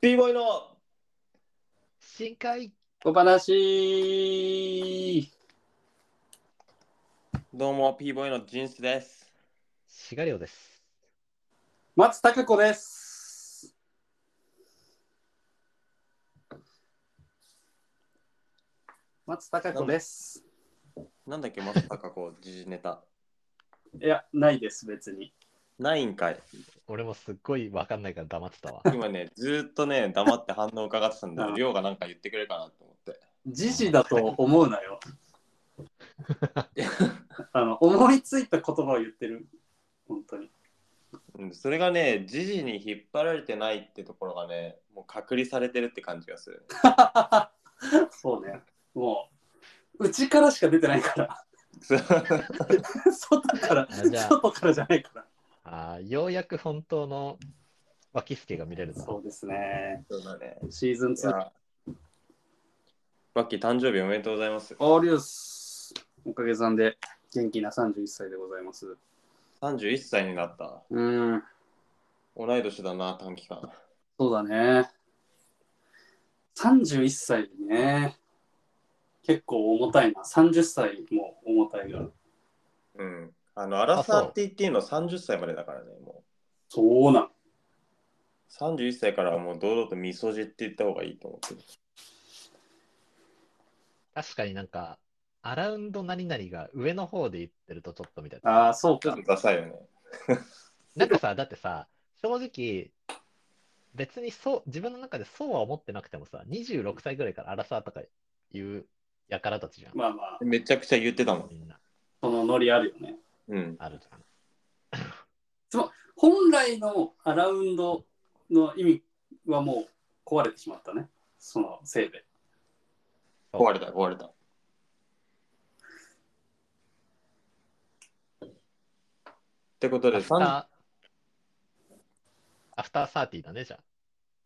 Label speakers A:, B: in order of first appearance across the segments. A: b ボーイの
B: 深海
C: 小話
A: どうも b ボーイのジンスです。
B: しがりょうです。
C: 松たか子です。松たか子です。
A: なんだっけまさかこう時事ネタ
C: いや、ないです、別に。
A: ないんかい。
B: 俺もすっごいわかんないから黙ってたわ。
A: 今ねずーっとね黙って反応を伺ってたんだけ
C: う
A: ど、
C: ん
A: りょうがなんか言ってくれるかなと思って。
C: 時事だと思うな よ。あの思いついた言葉を言ってる。本当に。
A: うん、それがね時事に引っ張られてないってところがねもう隔離されてるって感じがする。
C: そうね。もう、うちからしか出てないから。 外から、
B: あじゃあ
C: 外からじゃないか
B: あーようやく本当の脇助が見れる
C: ら。
B: な。
C: そうですね。
A: そうだね。
C: シーズン
A: い
C: 2。
A: やバッキー誕生日おめでとうございます。
C: ありです。おかげさんで元気な31歳でございます。
A: 31歳になった。
C: うん、
A: 同い年だな短期間。
C: そうだね。31歳ね。結構重たいな。30歳も重たいが。
A: うん。あのアラサーって言っていいのは30歳までだからねもう。
C: そうなん。
A: 31歳からはもう堂々とみそじって言った方がいいと思ってる。
B: 確かになんか、アラウンド何々が上の方で言ってるとちょっとみたいな。
C: ああ、そう
A: ちょ
C: か
A: っと。ダサいよね。
B: なんかさ、だってさ、正直、別にそう、自分の中でそうは思ってなくてもさ、26歳ぐらいからアラサーとか言うやからたちじゃん。
C: まあまあ、
A: めちゃくちゃ言ってたもん。
B: みんな
C: そのノリあるよね。
A: うん。
B: あるじゃん。
C: 本来のアラウンドの意味はもう壊れてしまったね。そのせいで。
A: 壊れた、壊れた。ってことで、
B: アフタ
A: 3
B: ー、アフターサーティーだね、じゃ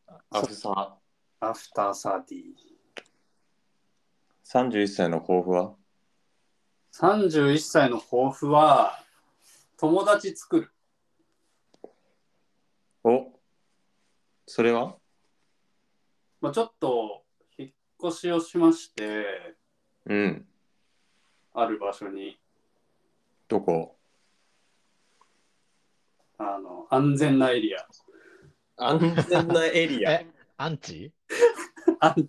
B: あ。
A: アフサ
C: アフターサーティー。
A: ー31歳の抱負は
C: 31歳の抱負は、友達作る。
A: おそれは
C: まあ、ちょっと引っ越しをしまして、
A: うん。
C: ある場所に
A: どこ
C: あの安全なエリア、
A: 安全なエリア
B: え。アンチ
C: 安置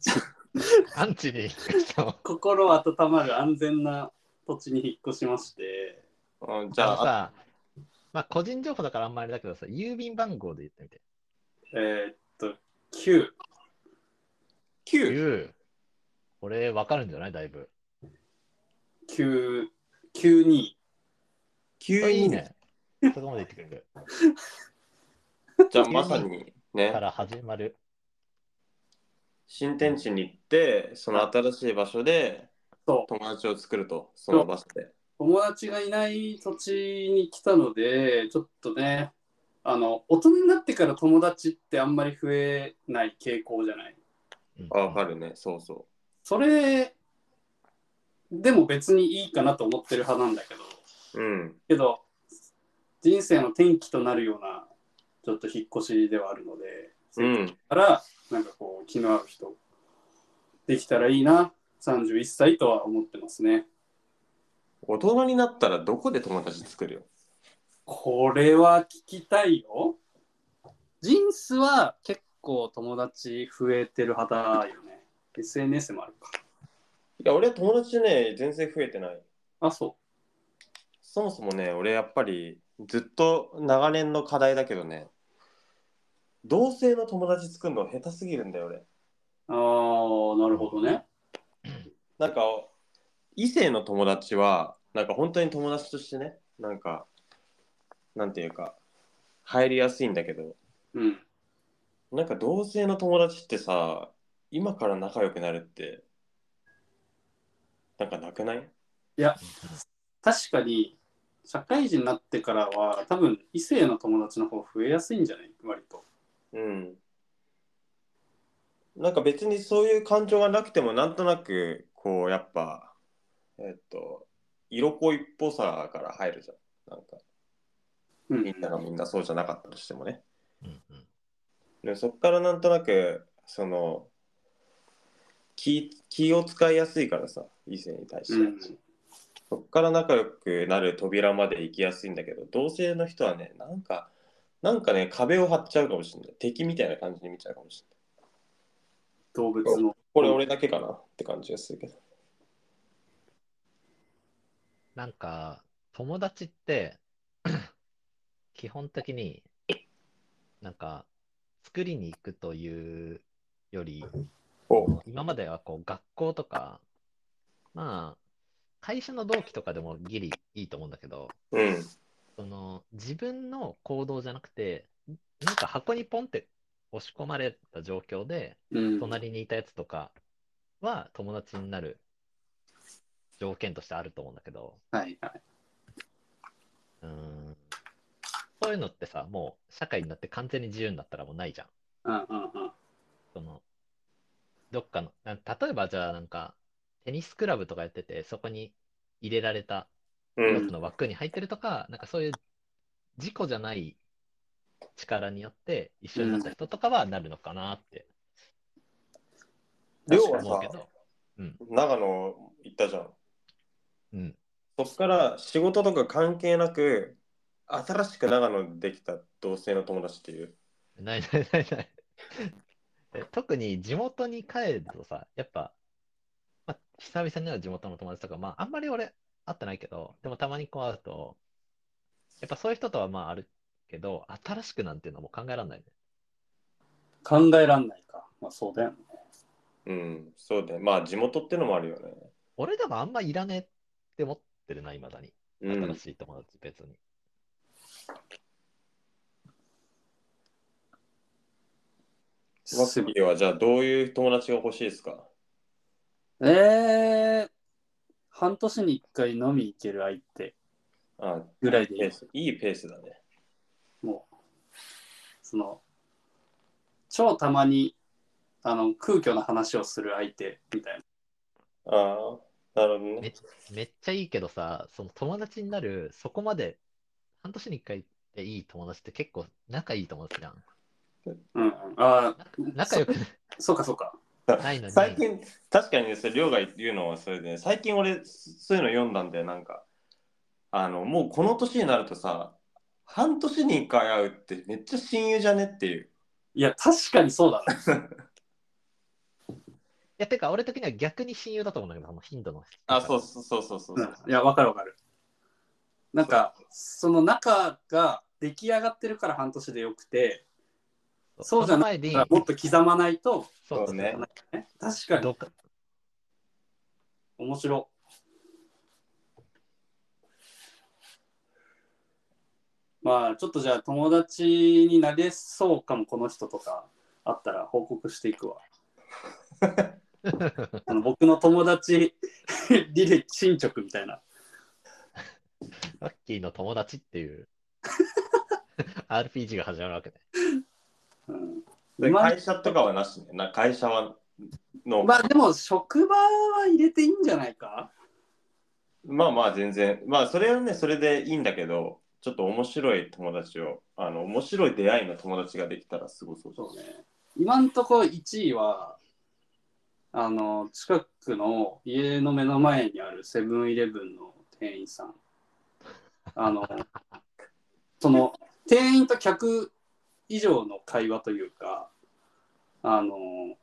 B: アンチに引っ越したの
C: 心温まる安全な土地に引っ越しまして、
A: うん、じ
B: じゃ
A: ゃ
B: あ
A: あ、
B: さ、まあ、個人情報だからあんまりだけどさ、郵便番号で言ってみて。
C: えーっと、9、
A: 9。
B: 9。これわかるんじゃないだいぶ。
C: 9、92、
B: こ
A: 9
B: れい
A: い
B: い
A: いね。
B: ね。そこまで言ってくれる。
A: じゃあ、まさにね
B: か。ら始まる。
A: 新天地に行ってその新しい場所で
C: そう、
A: 友達を作るとその場所で
C: 友達がいない土地に来たので、ちょっとね、あの大人になってから友達ってあんまり増えない傾向じゃない。
B: うん
A: あわかるねそうそ
C: それでも別にいいかなと思ってる派なんだけど、
A: ううん
C: けど人生の転機となるようなちょっと引っ越しではあるので、
A: うん
C: からなんかこう気の合う人できたらいいな31歳とは思ってますね
A: 大人になったらどこで友達作るよ
C: これは聞きたいよジンスは結構友達増えてる派だよね SNS もあるか
A: いや俺友達ね全然増えてない
C: あそ
A: そもそもね俺やっぱりずっと長年の課題だけどね同性の友達作るの下手すぎるんだよ俺
C: うあーなるほどね
A: なんか異性の友達はなんか本当に友達としてねなんかなんていうか入りやすいんだけど
C: うん
A: なんか同性の友達ってさ、今から仲良くなるって、なんかなくない
C: 確かに社会人になってからは多分異性の友達の方増えやすいんじゃない割と
A: うん。なんか別にそういう感情がなくても、なんとなく、こう、やっぱ、えっと、色恋っぽさから入るじゃん。なんか、
C: うん
A: みんながみんなそうじゃなかったとしてもね。
B: うんうん
A: でそっからなんとなくその気気を使いやすいからさ異性に対して、
C: うん
A: そっから仲良くなる扉まで行きやすいんだけど同性の人はねなんかなんかね壁を張っちゃうかもしれない敵みたいな感じに見ちゃうかもしれない
C: 動物の。
A: これ俺だけかなって感じがするけど
B: なんか、友達って、 基本的に、なんか、作りに行くというより、
A: お
B: 今まではこう学校とか、まあ、会社の同期とかでもギリいいと思うんだけど、
A: うん
B: その自分の行動じゃなくて、なんか箱にポンって押し込まれた状況で、
C: うん
B: 隣にいたやつとかは友達になる条件としてあると思うんだけど、
C: はいはい。
B: うーんそういうのってさ、もう社会になって完全に自由になったらもうないじゃん。
C: うんうんうん。
B: そのどっかの、な例えばじゃあなんか、テニスクラブとかやってて、そこに入れられた
A: う
B: 一つ
A: ん
B: の枠に入ってるとか、なんかそういう事故じゃない力によって一緒になった人とかはなるのかなって
A: 量
C: 確か
A: は
C: に
B: 思うけ
A: さ
B: ど。
A: 長野行ったじゃん
B: うん。
A: そっから仕事とか関係なく新しく長野できた同性の友達っていう
B: ないないないない。え特に地元に帰るとさ、やっぱ、まあ、久々に会う地元の友達とか、まあ、あんまり俺、会ってないけど、でもたまにこう会うと、やっぱそういう人とはまああるけど、新しくなんていうのはもう考えられないね。
C: 考えらんないか。まあそうだよね。
A: うんそうだよまあ地元ってのもあるよね
B: 俺でもあんまいらねえって思ってるな、いまだに。
A: うん
B: 新しい友達、別に。
A: マスビーはじゃあどういう友達が欲しいですか
C: えー、半年に一回飲み行ける相手
A: あ
C: ぐらいでい
A: ペ
C: い
A: ー。スいいペースだね。
C: もう、その、超たまに、あの、空虚な話をする相手みたいな。
A: ああ、なるほどね。
B: めっちゃいいけどさ、その友達になる、そこまで、半年に一回でいい友達って結構仲いい友達じゃん。
C: うんうん。ああ、
B: 仲良く
C: そうかそうか。
B: ないのに。
A: 最近、確かにですね、りょうが言うのはそれで、最近俺、そそういうの読んだんだよ、なんか。あの、もうこの年になるとさ、半年に一回会うってめっちゃ親友じゃねっていう。
C: いや、確かにそうだな。
B: いや、てか、俺的には逆に親友だと思うんだけど、その頻度の。
A: あ、そうそうそうそうそう
C: う
A: そう。
C: ん、いや、わかるわかる。なんか、その中が出来上がってるから半年でよくて、そうじ
B: そ
C: ゃな
B: の前に、
C: もっと刻まないと、
B: そ
A: そ
B: うそうう
A: ね
B: ね。
C: ね、確か
B: ど
C: に
B: っか
C: 面白い。まあ、ちょっとじゃあ友達になれそうかも、この人とかあったら報告していくわ。あの僕の友達 履歴進捗みたいな。
B: ラッキーの友達っていう RPG が始まるわけね。
C: うん
A: で
C: 今
A: 会社とかはなしね。な会社はの、
C: まあでも職場は入れていいんじゃないか
A: まあまあ全然。まあそれはね、それでいいんだけど、ちょっと面白い友達を、あの、面白い出会いの友達ができたらすごそう。
C: そうね。今んとこ1位は、あの、近くの家の目の前にあるセブンイレブンの店員さん。あの、 その、店員と客以上の会話というか、あの、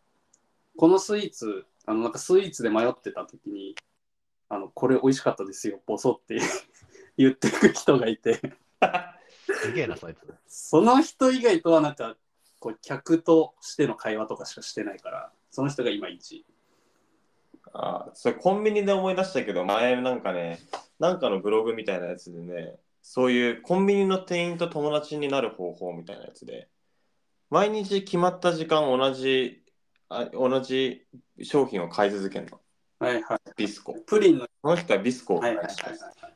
C: このスイーツ、あの、なんかスイーツで迷ってた時に、あの、これ美味しかったですよ、ボソって 言ってく人がいて。
B: すげえな、そいつ。
C: その人以外とはなんかこう客としての会話とかしかしてないからその人が今一
A: あーそれコンビニで思い出したけど前なんかねなんかのブログみたいなやつでねそういうコンビニの店員と友達になる方法みたいなやつで毎日決まった時間同じあ同じ商品を買い続けるの
C: はいはい
A: ビスコ
C: プリンの
A: この人はビスコを
C: は
A: 買い
C: いはいはい
A: ました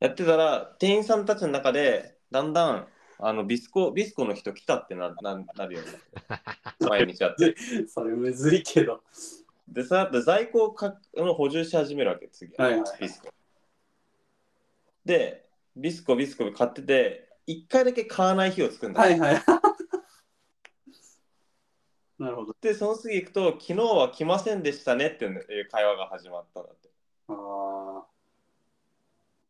A: やってたら店員さんたちの中でだんだんあのビスコビスコの人来たってななな るよね毎日やって
C: はいそれむずいけど
A: でその後在庫をかの補充し始めるわけ次、
C: はいはいはい
A: ビスコでビスコビスコ買ってて1回だけ買わない日を作るんだ、
C: はいはいなるほど。
A: で、その次行くと、昨日は来ませんでしたねっていう会話が始まったんだって。
C: あ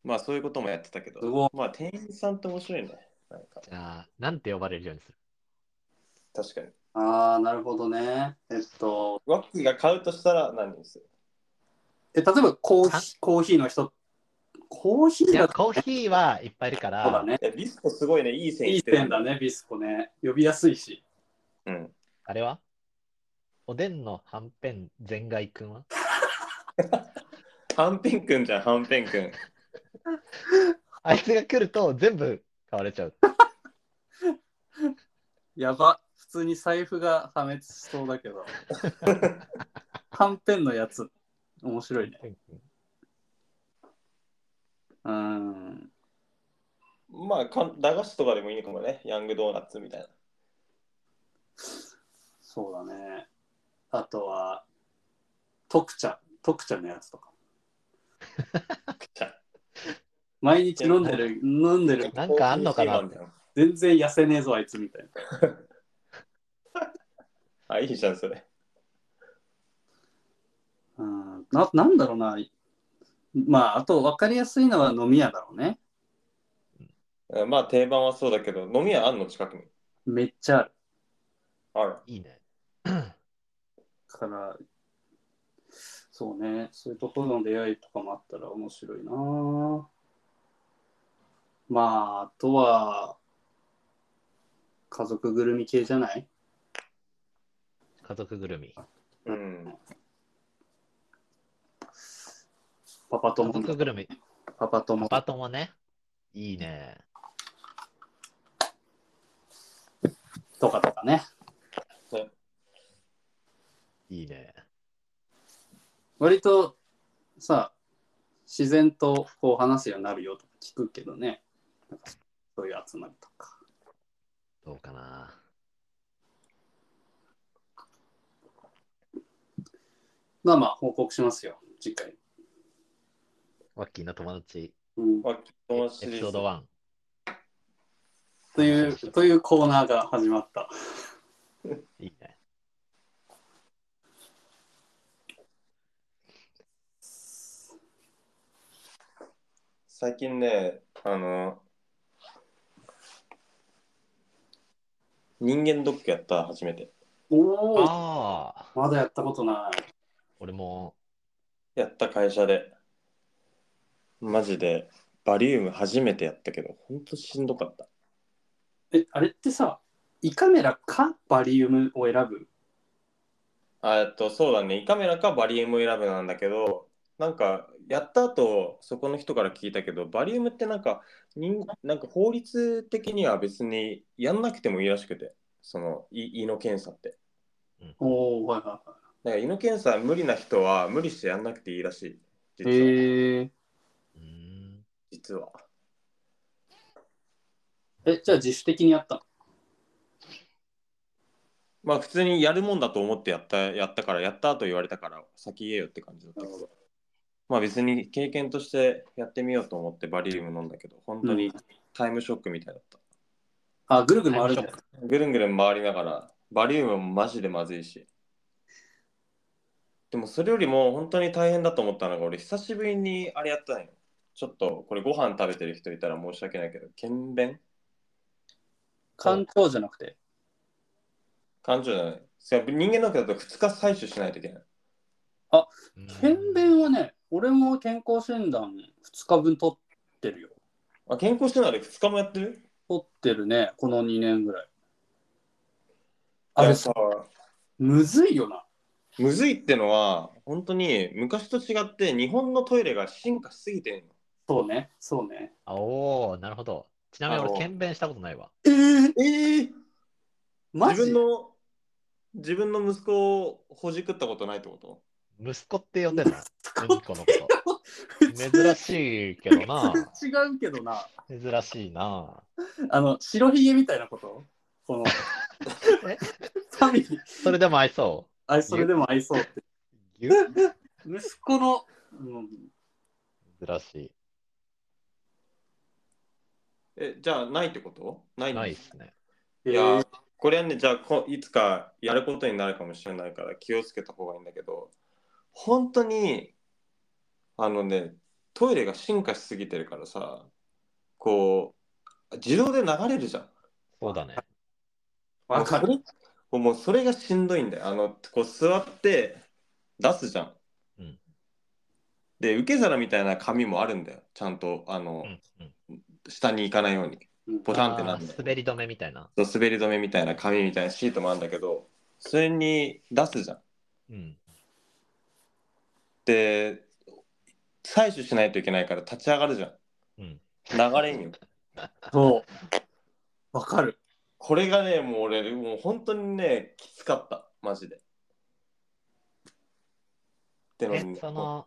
A: まあそういうこともやってたけ
C: す
A: ど、
C: ごい。
A: まあ店員さんって面白いね。なんか
B: じゃあ、なんて呼ばれるようにする
A: 確かに。
C: ああ、なるほどね。えっと、
A: ワッキーが買うとしたら何にする
C: え、例えばコー
B: か
C: ヒー、コーヒーの人、コーヒ
B: い
C: ー
B: や、
C: だと
B: コーヒーはいっぱいいるか
C: そうだ
B: ら、
C: ね。
A: いやビスコすごいね、いい線
C: い
A: い
C: い
A: ってる
C: 点だね、ビスコね。呼びやすいし。
A: うん。
B: あれはおでんのはんぺん全外くんは
A: ハンペンくんじゃん、ハンペンくん。
B: あいつが来ると全部買われちゃう。
C: やば。普通に財布が破滅しそうだけど。はんぺんのやつ。面白いね。うーん。
A: まあかん、駄菓子とかでもいいのかもね。ヤングドーナツみたいな。
C: そうだね。あとは、特茶。特茶のやつとか。
A: じゃあ
C: 毎日飲んでる、飲んでる。
B: なんかあんのかなって
C: 全然痩せねえぞ、あいつみたいな。
A: あ、いいじゃん、それ。
C: うんななんだろうな。まあ、あと分かりやすいのは飲み屋だろうね。
A: うんまあ、定番はそうだけど、飲み屋あんの近くに。
C: めっちゃある
A: ある。
B: いいね。
C: から、そうね、そういうところの出会いとかもあったら面白いな。まあ、あとは、家族ぐるみ系じゃない
B: 家族ぐるみ。
A: うん。
C: パパ
B: 家
C: 友
B: 族ぐるみ。
C: パパ友
B: パパ友ね。いいね。
C: とかとかね。
B: いいね。
C: 割とさ、自然とこう話すようになるよとか聞くけどね。なんかそういう集まりとか。
B: どうかな。
C: まあまあ、報告しますよ、次回。
B: ワッキーの友達。
C: うん、
A: まあ、友達
B: エ
A: シリ
B: ピ
A: ーズ
B: ソード1。
C: という、というコーナーが始まった。
B: いいね。
A: 最近ね、あの、人間ドックやった、初めて。
C: おお、
B: ああ。
C: まだやったことない。
B: 俺も、
A: やった会社で。マジで、バリウム初めてやったけど、ほんとしんどかった。
C: え、あれってさ、胃カメラかバリウムを選ぶ。
A: あえっと、そうだね、胃カメラかバリウムを選ぶなんだけど、なんか、やった後、そこの人から聞いたけど、バリウムってなんか、人なんか法律的には別にやんなくてもいいらしくて、その胃胃の検査って。
C: おお、はいは
A: だから胃の検査無理な人は無理してやんなくていいらしい。実は。
C: へえ
B: うーん、
A: 実は
C: え、じゃあ自主的にやったの
A: まあ普通にやるもんだと思ってやったやったからやったと言われたから先言えよって感じだったけ
C: なる
A: どまあ別に経験としてやってみようと思ってバリウム飲んだけど本当にタイムショックみたいだった、
C: あ、ぐるぐる回るじゃん。
A: ぐるんぐるん回りながらバリウムもマジでまずいしでもそれよりも本当に大変だと思ったのが俺久しぶりにあれやったんよちょっとこれご飯食べてる人いたら申し訳ないけど検便
C: 肝臓じゃなくて。
A: 感情じゃないそれ人間の中だと2日採取しないといけない
C: 検便はね、俺も健康診断2日分取ってるよ。
A: あ健康してないで2日もやってる
C: 取ってるね、この2年ぐらい。あれ
A: さ
C: さ、むずいよな。
A: むずいってのは本当に昔と違って日本のトイレが進化しすぎてんの
C: そうね、そうね。
B: あおおなるほど。ちなみに
A: あ
B: 俺、
A: の
B: 検便したことないわ。
C: えー、
A: ええ
C: マ
A: 自
C: ジ
A: 分の自分の息子をほじくったことないってこと
B: 息子って呼んでんだ。
C: 使
B: うん
C: っ
B: このこと。
C: 普通
B: 珍しいけどな。
C: 違うけどな。
B: 珍しいな。
C: あの、白ひげみたいなことこの、
B: え
C: サミー、
B: それでも合いそ
C: あいそれでも合いそうって。
B: う。ぎゅっ
C: 息子の、うん、
B: 珍しい。
A: えじゃあないってことないん
B: ない
A: で
B: ですすね。
A: いや
C: えー
A: ーこれはね、じゃあこ、いつかやることになるかもしれないから気をつけた方がいいんだけど、本当に、あのね、トイレが進化しすぎてるからさ、こう、自動で流れるじゃん。
B: そうだね。
C: わかる。
A: もうそれもうそれがしんどいんだよ。あの、こう座って出すじゃん。
B: うん
A: で、受け皿みたいな紙もあるんだよ。ちゃんと、あの
B: う、んうん。
A: 下に行かないように。
C: うん
A: ボタンってな
B: あ
A: ん
B: ー
A: だよ。
B: 滑り止めみたいな。
A: そう滑り止めみたいな紙みたいなシートもあるんだけどそれに出すじゃん。
B: うん。
A: で採取しないといけないから立ち上がるじゃ
B: うん。
A: ん流れんよ。
C: そう。わかる。
A: これがねもう俺もう本当にねきつかったマジで。っての
B: え
A: にね、
B: その、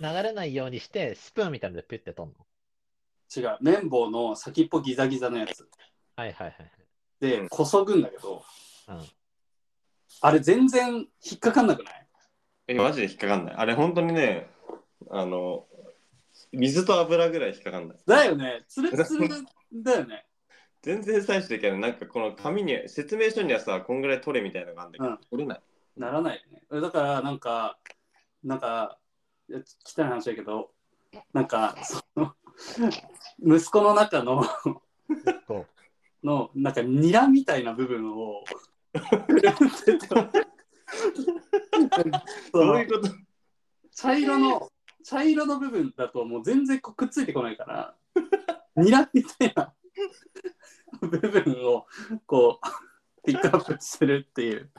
B: 流れないようにして、スプーンみたいなのでピュッて取んの
C: 違う。綿棒の先っぽギザギザのやつ。
B: はいはいはい
C: で
A: うん、
C: こそぐんだけど、
B: はい。うん。
C: あれ全然引っかかんなくない
A: えマジで引っかかんない。あれ本当にねあの水と油ぐらい引っかかんない。
C: だよね。つるつるだよね。
A: 全然採取できない。なんかこの紙に説明書にはさこんぐらい取れみたいなのがあるんだけど、
C: うん
A: 取れない。
C: ならないよね。だから、なんか、なんか、いや汚い話だけど、なんか、その、息子の中の、
B: そう。
C: の、なんか、ニラみたいな部 分を、そ
A: どうい
C: の
A: うこと
C: 茶色の、茶色の部分だともう全然こうくっついてこないから、 ニラみたいな 部分を、こう、ピックアップするっていう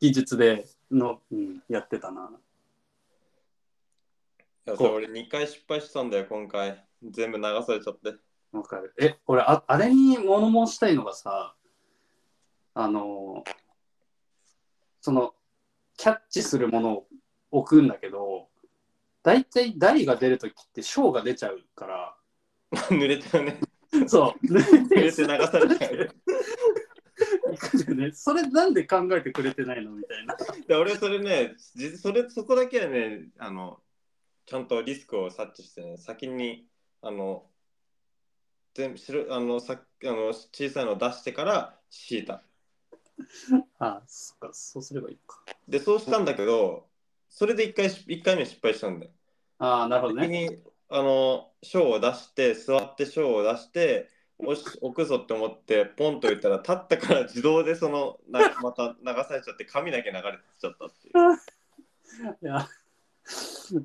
C: 技術での、うん、やってたな。
A: いや
C: こう
A: そう俺2回失敗したんだよ今回全部流されちゃって
C: わかる。え、俺あ、あれに物申したいのがさ、あのー、その、キャッチするものを置くんだけど、大体台が出るときって小が出ちゃうか
A: 濡れたよね
C: ら、そう、
A: 濡れて流されちゃう
C: ね、 それなんで考えてくれてないのみたいな。
A: で俺それねじそれそこだけはねあのちゃんとリスクを察知してね先にあの全部白いあのさあの小さいのを出してから敷いた
C: あそっか、そうすればいいか。
A: でそうしたんだけどそれで1回し一回目失敗したんだよ
C: ああ、なるほど
A: 先
C: ね。
A: にあの賞を出して座って賞を出しておし置くぞって思ってポンと言ったら立ったから自動でそのなまた流されちゃって髪だけ流れてきちゃったっていう
C: いや、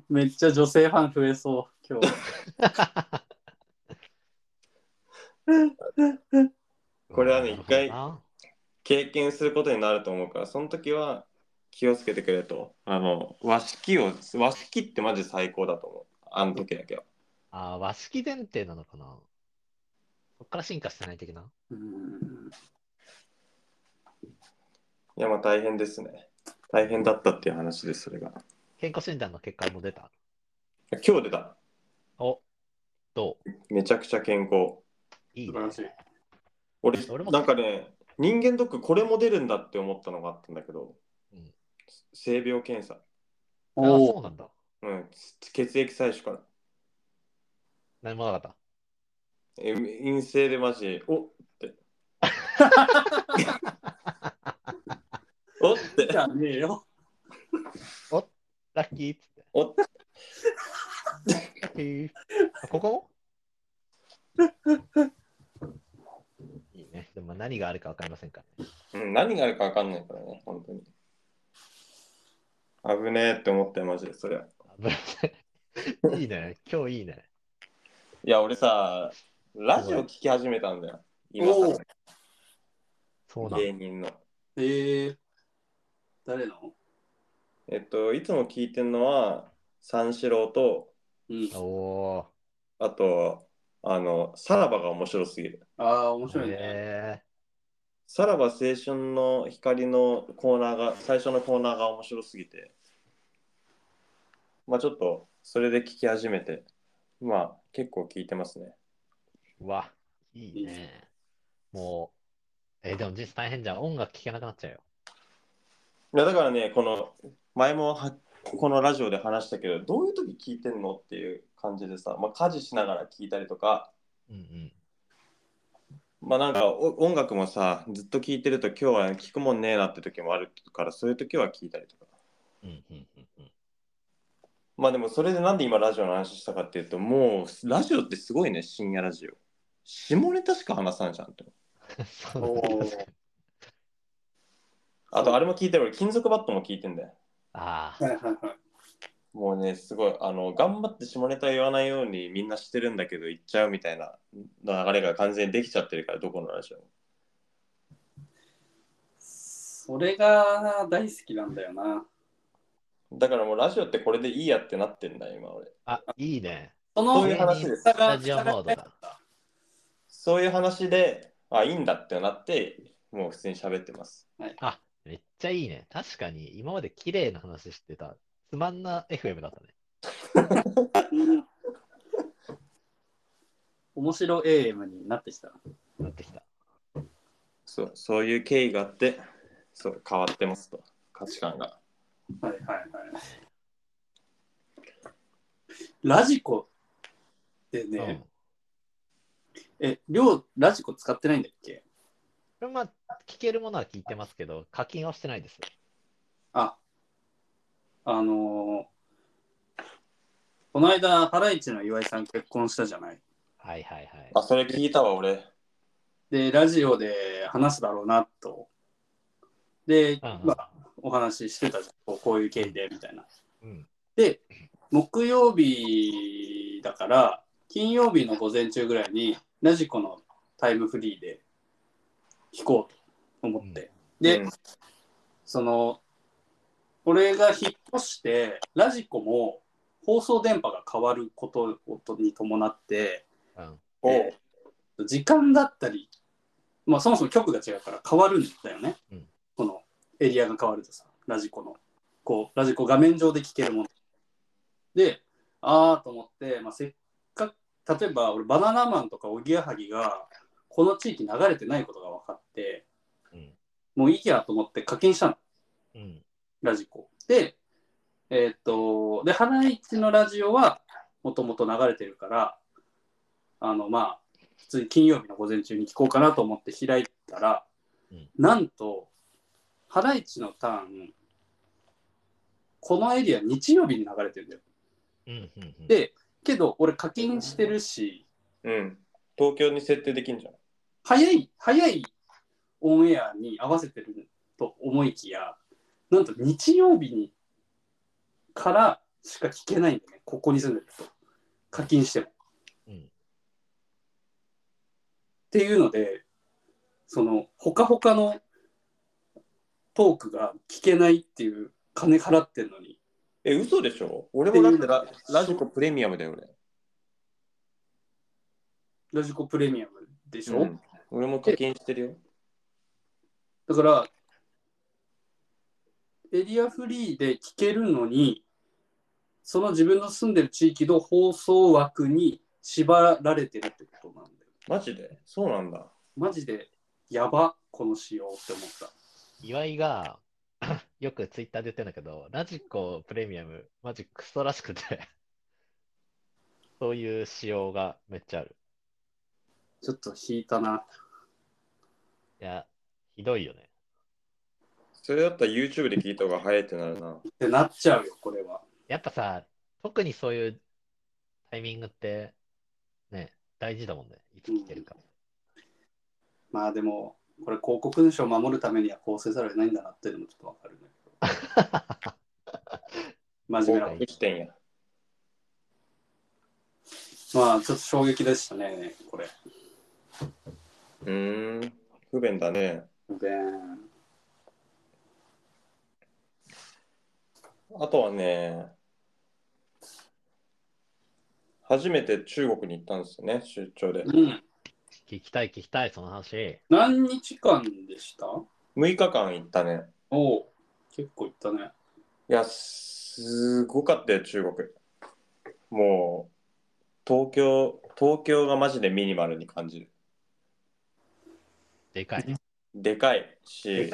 C: めっちゃ女性ファン増えそう、今日。
A: これはね一回
B: なるほどな
A: 経験することになると思うからその時は気をつけてくれとあの和式を和式ってマジ最高だと思うあの時だけは
B: あー和式前提なのかなそっから進化してない的な
C: うん
A: いやまあ大変ですね大変だったっていう話ですそれが
B: 健康診断の結果も出た。
A: 今日出た
B: おどう
A: めちゃくちゃ健康
B: いい
C: 素
B: ね
C: 晴らしい。
A: 俺
B: 俺も
A: なんかね人間ドックこれも出るんだって思ったのがあったんだけど、
B: うん
A: 性病検査、
B: あー
C: お
B: そう
C: お
B: な、んだ。
A: うん、つ血液採取から
B: 何もなかった。
A: え陰性でマジおって おって
C: じゃねえよ。
B: ラッキーっつって。
A: おっ
B: ラッキー。あここもいいね。でも何があるか分かりませんからね。
A: うん、何があるか分かんないからね本当に危ねえって思ったよマジでそりゃ
B: 危ない いいね。今日いいね。
A: いや俺さラジオ聞き始めたんだよ今さ
C: お
B: そうなんだ
A: 芸人の
C: えー、誰の
A: えっといつも聞いてるのは三四郎と
C: うん。
B: お
A: あと、あの、さらばが面白すぎる。
C: ああ、面
B: ー。
C: 白いね。
B: へ
A: さらば青春の光のコーナーが、最初のコーナーが面白すぎて、まあちょっと、それで聞き始めて、まあ結構聞いてますね。
B: ー。うわ、いいね。もう、えーでも実際大変じゃん。音楽聴けなくなっちゃうよ。
A: いやだからね、この、前もはこのラジオで話したけど、どういう時聞いてんのっていう感じでさ、まあ家事しながら聞いたりとか、
B: うんうん。
A: まあなんかお音楽もさずっと聴いてると今日は聴くもんねえなって時もあるからそういう時は聴いたりとか
B: うんうんうんうん。
A: まあでもそれでなんで今ラジオの話したかっていうともうラジオってすごいね深夜ラジオ下ネタしか話さんじゃんって
B: そうだね
C: おー
B: 確かに
A: あとあれも聞いてる俺金属バットも聞いてんだよ
B: あ
C: はいはいはい。
A: もうねすごいあの頑張って下ネタ言わないようにみんなしてるんだけど言っちゃうみたいな流れが完全にできちゃってるからどこのラジオも
C: それが大好きなんだよな。
A: だからもうラジオってこれでいいやってなってんだよ今俺
B: あ。あ、いいね。
C: その
A: そういう話です
B: スタジオモードだ。
A: そういう話であいいんだってなってもう普通に喋ってます
B: あ、めっちゃいいね。確かに、今まで綺麗な話してた。つまんな FM だったね。
C: うん面白 AM になってきた。
B: なってきた。
A: そうそういう経緯があってそう変わってますと価値観が
C: はいはいはい。ラジコって
B: うん。
C: ね、え、りょう、ラジコ使ってないんだっけ
B: これまあ、聞けるものは聞いてますけど、課金はしてないです。
C: あ、あのーこの間、ハライチの岩井さん結婚したじゃない。
B: はいはいはい。
A: あそれ聞いたわ俺
C: で、ラジオで話すだろうなと。で、
B: うんうん
C: まあ、お話ししてたじゃん。こうこういう経緯で、みたいな。
B: うん。
C: で、木曜日だから、金曜日の午前中ぐらいに、ラジコのタイムフリーで聞こうと思って。で、
A: うん
C: その、俺が引っ越して、ラジコも放送電波が変わることに伴って、
B: うん。
A: おう
C: 時間だったり、まあそもそも局が違うから変わるんだよね。
B: うん
C: このエリアが変わるとさ、ラジコの、こう、ラジコ画面上で聞けるもの。で、あーと思って、まあ、せっかく、例えば俺、バナナマンとかおぎやはぎが、この地域流れてないことが分かって、
B: うん。
C: もういいやと思って課金したの、
B: うん。
C: ラジコ。で、えーっと、で、花市のラジオは、もともと流れてるから、あの、まあ、普通に金曜日の午前中に聞こうかなと思って開いたら、
B: うん
C: なんと、花市のターン、このエリア日曜日に流れてるんだよ。
B: うん。うん。
C: で、けど俺課金してるし、
A: うん東京に設定できんじゃん
C: 早い、早いオンエアに合わせてると思いきや、なんと日曜日にからしか聞けないんだよね、ここに住んでると。課金しても。っ
B: うん。
C: ていうので、その、ほかほかのトークが聞けないっていう、金払ってんのに。
A: え嘘でしょ俺もだってララジコプレミアムだよ俺
C: ラジコプレミアムでしょ、
A: うん俺も課金してるよ
C: だから、エリアフリーで聞けるのに、その自分の住んでる地域の放送枠に縛られてるってことなんだよ。
A: マジでそうなんだ
C: マジで、やば、この仕様って思った。
B: 岩井が よくツイッターで言ってるんだけど、ラジコプレミアム、マジクソらしくて、そういう仕様がめっちゃある。
C: ちょっと引いたな。
B: いや、ひどいよね。
A: それだったら YouTube で聞いた方が早いってなるな
C: ってなっちゃうよ、これは。
B: やっぱさ、特にそういうタイミングって、ね、大事だもんね。いつ来てるか。
C: まあでも、これ広告主を守るためにはこうせざるを得ないんだなっていうのもちょっとわかるんだけど。真面目な
A: 広
C: こと
A: 告視点や
C: まあちょっと衝撃でしたね、これ。
A: うーん不便だね
C: で、
A: あとはね初めて中国に行ったんですよね出張で
C: うん。
B: 聞きたい、聞きたい、その話。
C: 何日間でした
A: 6日間行ったね
C: おお、結構いったね。
A: いや、すごかったよ、中国。もう、東京、東京がマジでミニマルに感じる。
B: でかい。
A: でかいし、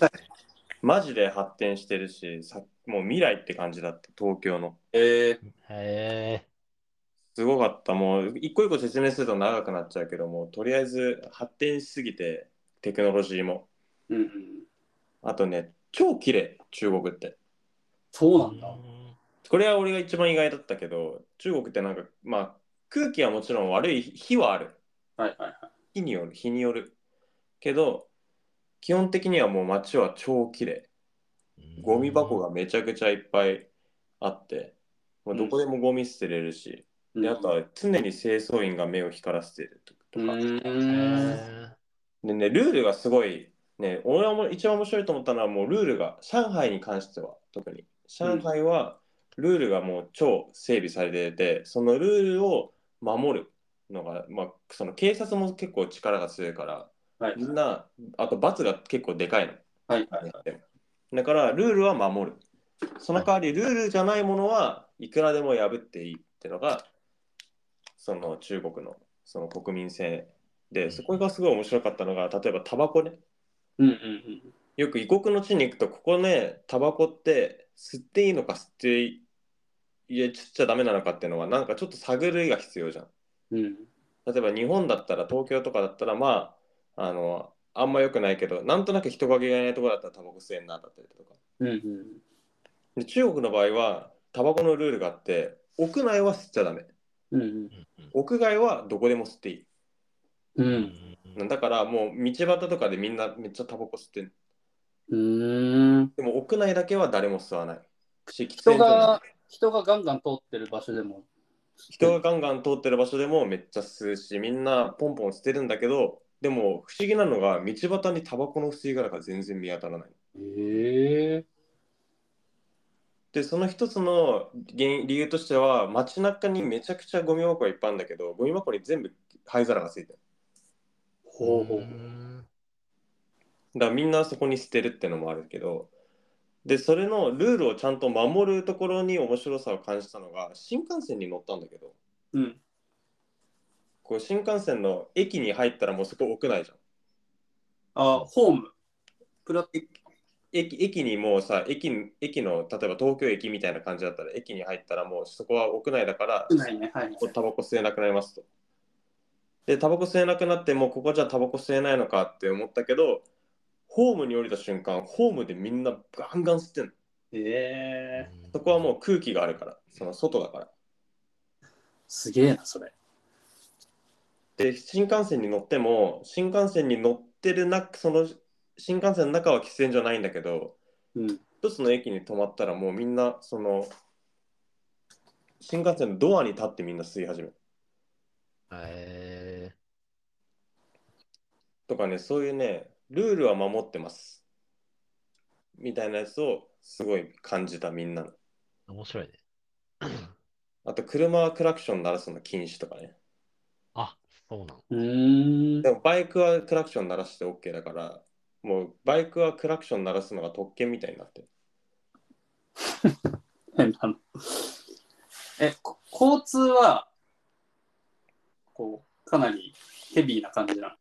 A: マジで発展してるし、さもう未来って感じだった、東京の。
C: えー、
B: へ
A: すごかった。もう、一個一個説明すると長くなっちゃうけども、とりあえず発展しすぎて、テクノロジーも。
C: うんうん。
A: あとね、超綺麗、中国って。
C: そうなんだ。
A: これは俺が一番意外だったけど、中国ってなんか、まあ、空気はもちろん悪い日はある。
C: はいはいはい。
A: 日による、日による。けど、基本的にはもう街は超綺麗。ゴミ箱がめちゃくちゃいっぱいあって、もうどこでもゴミ捨てれるし、であとは常に清掃員が目を光らせてると
C: う
A: とか、
B: へ
C: ーん。
B: ー
A: でね、ルールがすごい、ね、俺はもう一番面白いと思ったのは、もうルールが、上海に関しては、特に。上海は、ルールがもう超整備されてて、そのルールを守るのが、まあ、その警察も結構力が強いから、
C: はい
A: みんな、あと罰が結構でかいの。
C: はいはい。
A: だから、ルールは守る。その代わり、ルールじゃないものはいくらでも破っていいってのが、その中国のその国民性で、そこがすごい面白かったのが、例えばタバコね。
C: うんうんうん。
A: よく異国の地に行くと、ここね、タバコって吸っていいのか吸っていいや、吸っちゃダメなのかっていうのは、なんかちょっと探るが必要じゃん。
C: うん。
A: 例えば日本だったら東京とかだったらまああのあんま良くないけどなんとなく人影がいないところだったらタバコ吸えんなだったりとか
C: うんうん。
A: で中国の場合はタバコのルールがあって屋内は吸っちゃダメ
C: うんうん。
A: 屋外はどこでも吸っていい
C: うん。
A: だからもう道端とかでみんなめっちゃタバコ吸ってん
C: うーん。
A: でも屋内だけは誰も吸わないし喫
C: 人
A: 煙所も
C: が、人がガンガン通ってる場所でも。
A: 人がガンガン通ってる場所でもめっちゃ吸うしみんなポンポン吸ってるんだけどでも不思議なのが道端にタバコの吸い殻が全然見当たらない
C: へえ。
A: でその一つの原理由としては街中にめちゃくちゃゴミ箱がいっぱいあるんだけどゴミ箱に全部灰皿がついてる
C: ほうほう。
A: だからみんなそこに捨てるってのもあるけどでそれのルールをちゃんと守るところに面白さを感じたのが新幹線に乗ったんだけど
C: うん。
A: こう新幹線の駅に入ったらもうそこ屋内じゃん
C: あ、ホーム。プラティッ
A: 駅駅にもうさ駅駅の例えば東京駅みたいな感じだったら駅に入ったらもうそこは屋内だから
C: クないね。はい。
A: タバコ吸えなくなりますと。で、タバコ吸えなくなって、もうここじゃタバコ吸えないのかって思ったけど、ホームに降りた瞬間、ホームでみんなガンガン吸ってんの。
C: へえ。
A: そこはもう空気があるから、その外だから。
C: すげえな、それ。
A: で、新幹線に乗っても、新幹線に乗ってるな、その新幹線の中は喫煙所ないんだけど、
C: うん。
A: 一つの駅に止まったらもうみんな、その、新幹線のドアに立ってみんな吸い始める。
B: え
A: とかね、そういうね、ルールは守ってます。みたいなやつをすごい感じたみんなの。
B: ー、面白いね。
A: あと、車はクラクション鳴らすの禁止とかね。
B: あ、そうなの。
C: うーん。
A: でも、バイクはクラクション鳴らして OK だから、もうバイクはクラクション鳴らすのが特権みたいになってる。
C: 変なの。え、こ交通は、こう、かなりヘビーな感じな。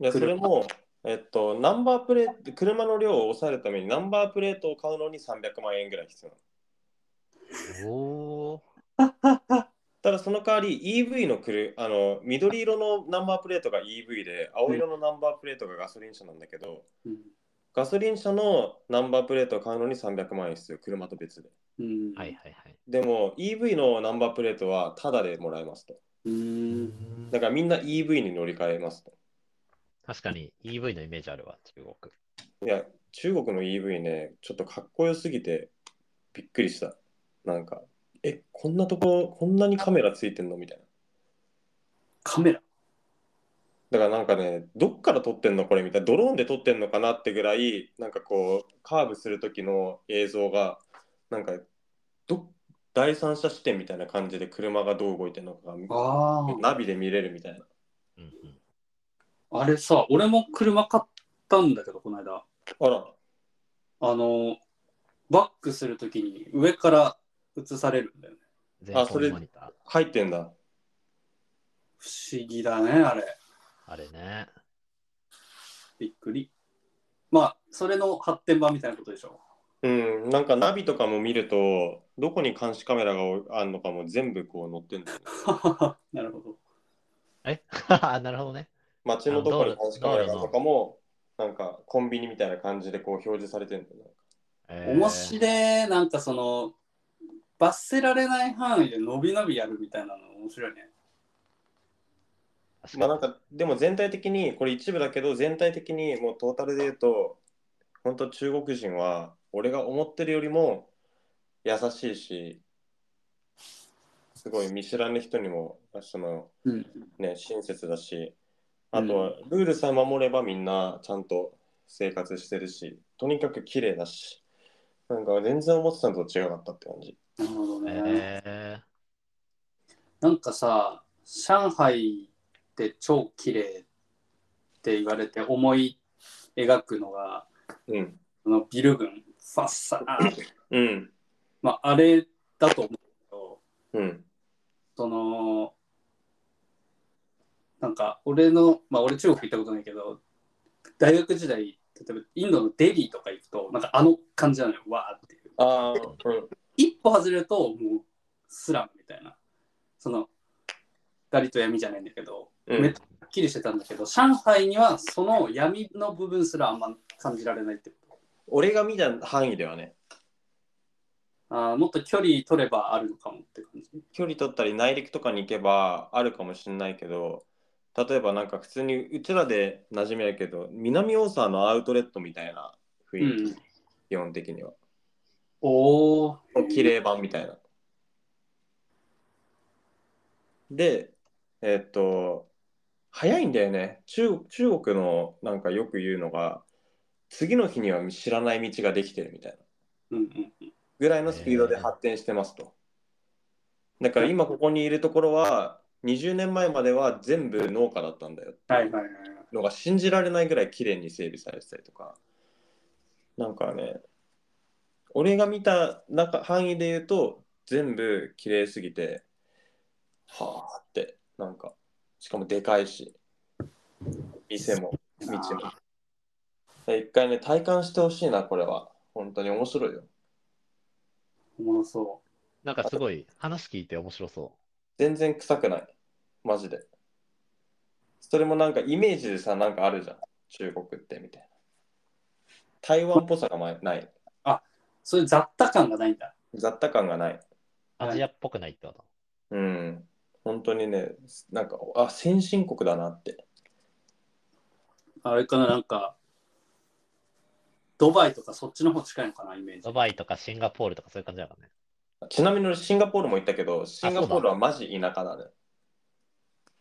A: いやそれも、えっと、ナンバープレート、車の量を抑えるためにナンバープレートを買うのに300万円ぐらい必要なの。
B: おー。
A: ただその代わり EV の車あの緑色のナンバープレートが EV で青色のナンバープレートがガソリン車なんだけど、
C: うん。
A: ガソリン車のナンバープレートを買うのに300万円必要、車と別で。
C: うん。
B: はい。はいはい。
A: でも EV のナンバープレートはタダでもらえますと。
C: うーん。
A: だからみんな EV に乗り換えますと。
B: 確かに EV のイメージあるわ、中国。
A: いや、中国の EV ね、ちょっとかっこよすぎてびっくりした。なんか、え、こんなとこ、こんなにカメラついてんのみたいな。
C: カメラ。
A: だからなんかね、どっから撮ってんのこれみたいな。ドローンで撮ってんのかなってぐらい、なんかこう、カーブする時の映像が、なんか、ど第三者視点みたいな感じで車がどう動いてるのかが
C: あ
A: ナビで見れるみたいな。
B: うんうん。
C: あ。あれさ、俺も車買ったんだけど、この間。
A: あら、
C: あの、バックするときに上から映されるんだよね。
B: 前
A: あそれ
B: 方モニター。
A: 入ってんだ。
C: 不思議だね、あれ。
B: あれね。
C: びっくり。まあ、それの発展版みたいなことでしょ。
A: うん、なんかナビとかも見ると、どこに監視カメラがあるのかも全部こう載ってんだよね。
C: なるほど。
B: えあなるほどね。
A: 街のどこに監視カメラがあるのかも、なんかコンビニみたいな感じでこう表示されてるんだよね。
B: えー
C: 面白い、なんかその、罰せられない範囲で伸び伸びやるみたいなの面白いね。
B: 確か
A: まあ
B: に
A: なんか、でも全体的に、これ一部だけど、全体的にもうトータルで言うと、本当中国人は、俺が思ってるよりも優しいし、すごい見知らぬ人にも、その、
C: うん。
A: ね、親切だし、あとはルールさえ守ればみんなちゃんと生活してるし、とにかく綺麗だし、なんか全然思ってたのと違かったって感じ。
C: なるほどね。
B: えー
C: なんかさ、上海って超綺麗って言われて思い描くのが、
A: うん。
C: そのビル群、ファッサード
A: うん。
C: まあ、あれだと思うけど、
A: うん。
C: その、なんか俺の、まあ俺中国行ったことないけど、大学時代、例えばインドのデリーとか行くと、なんかあの感じなのよ、わーっていう。
A: ああ、うん。
C: 一歩外れるともうスラムみたいなその光と闇じゃないんだけど、
A: うん
C: めっちゃはっきりしてたんだけど上海にはその闇の部分すらあんま感じられないってこ
A: 俺が見た範囲ではね、
C: とあーもっと距離取ればあるのかもって感じ
A: 距離取ったり内陸とかに行けばあるかもしれないけど、例えばなんか普通にうちらで馴染みあるけど、南大沢のアウトレットみたいな雰
C: う
A: 囲気、
C: ん
A: 基本的には。
C: おお
A: 綺麗版みたいな。で、えっと、早いんだよね。中中国のなんかよく言うのが、次の日には知らない道ができてるみたいな
C: うんうん
A: ぐらいのスピードで発展してますと。だから今ここにいるところは、20年前までは全部農家だったんだよって
C: はいいうはいはいはい
A: のが信じられないぐらい綺麗に整備されてたりとかなんかね俺が見た中範囲で言うと全部綺麗すぎてはあってなんかしかもでかいし店も道もで一回ね体感してほしいなこれは本当に面白いよ
C: おもろそ
B: なんかすごい話聞いて面白そ
A: 全然臭くないマジでそれもなんかイメージでさなんかあるじゃん中国ってみたいな台湾っぽさがまないう
C: そういう雑多感がないんだ
A: 雑多感がない。
B: う。アジアっぽくないってこと。
A: うん。本当にね、なんか、あ、先進国だなって。
C: あれかななんかドバイとかそっちの方近いのかなイメージ
B: ドバイとかシンガポールとかそういう感じだからね。
A: ちなみに俺シンガポールも行ったけど、シンガポールはマジ田舎だね。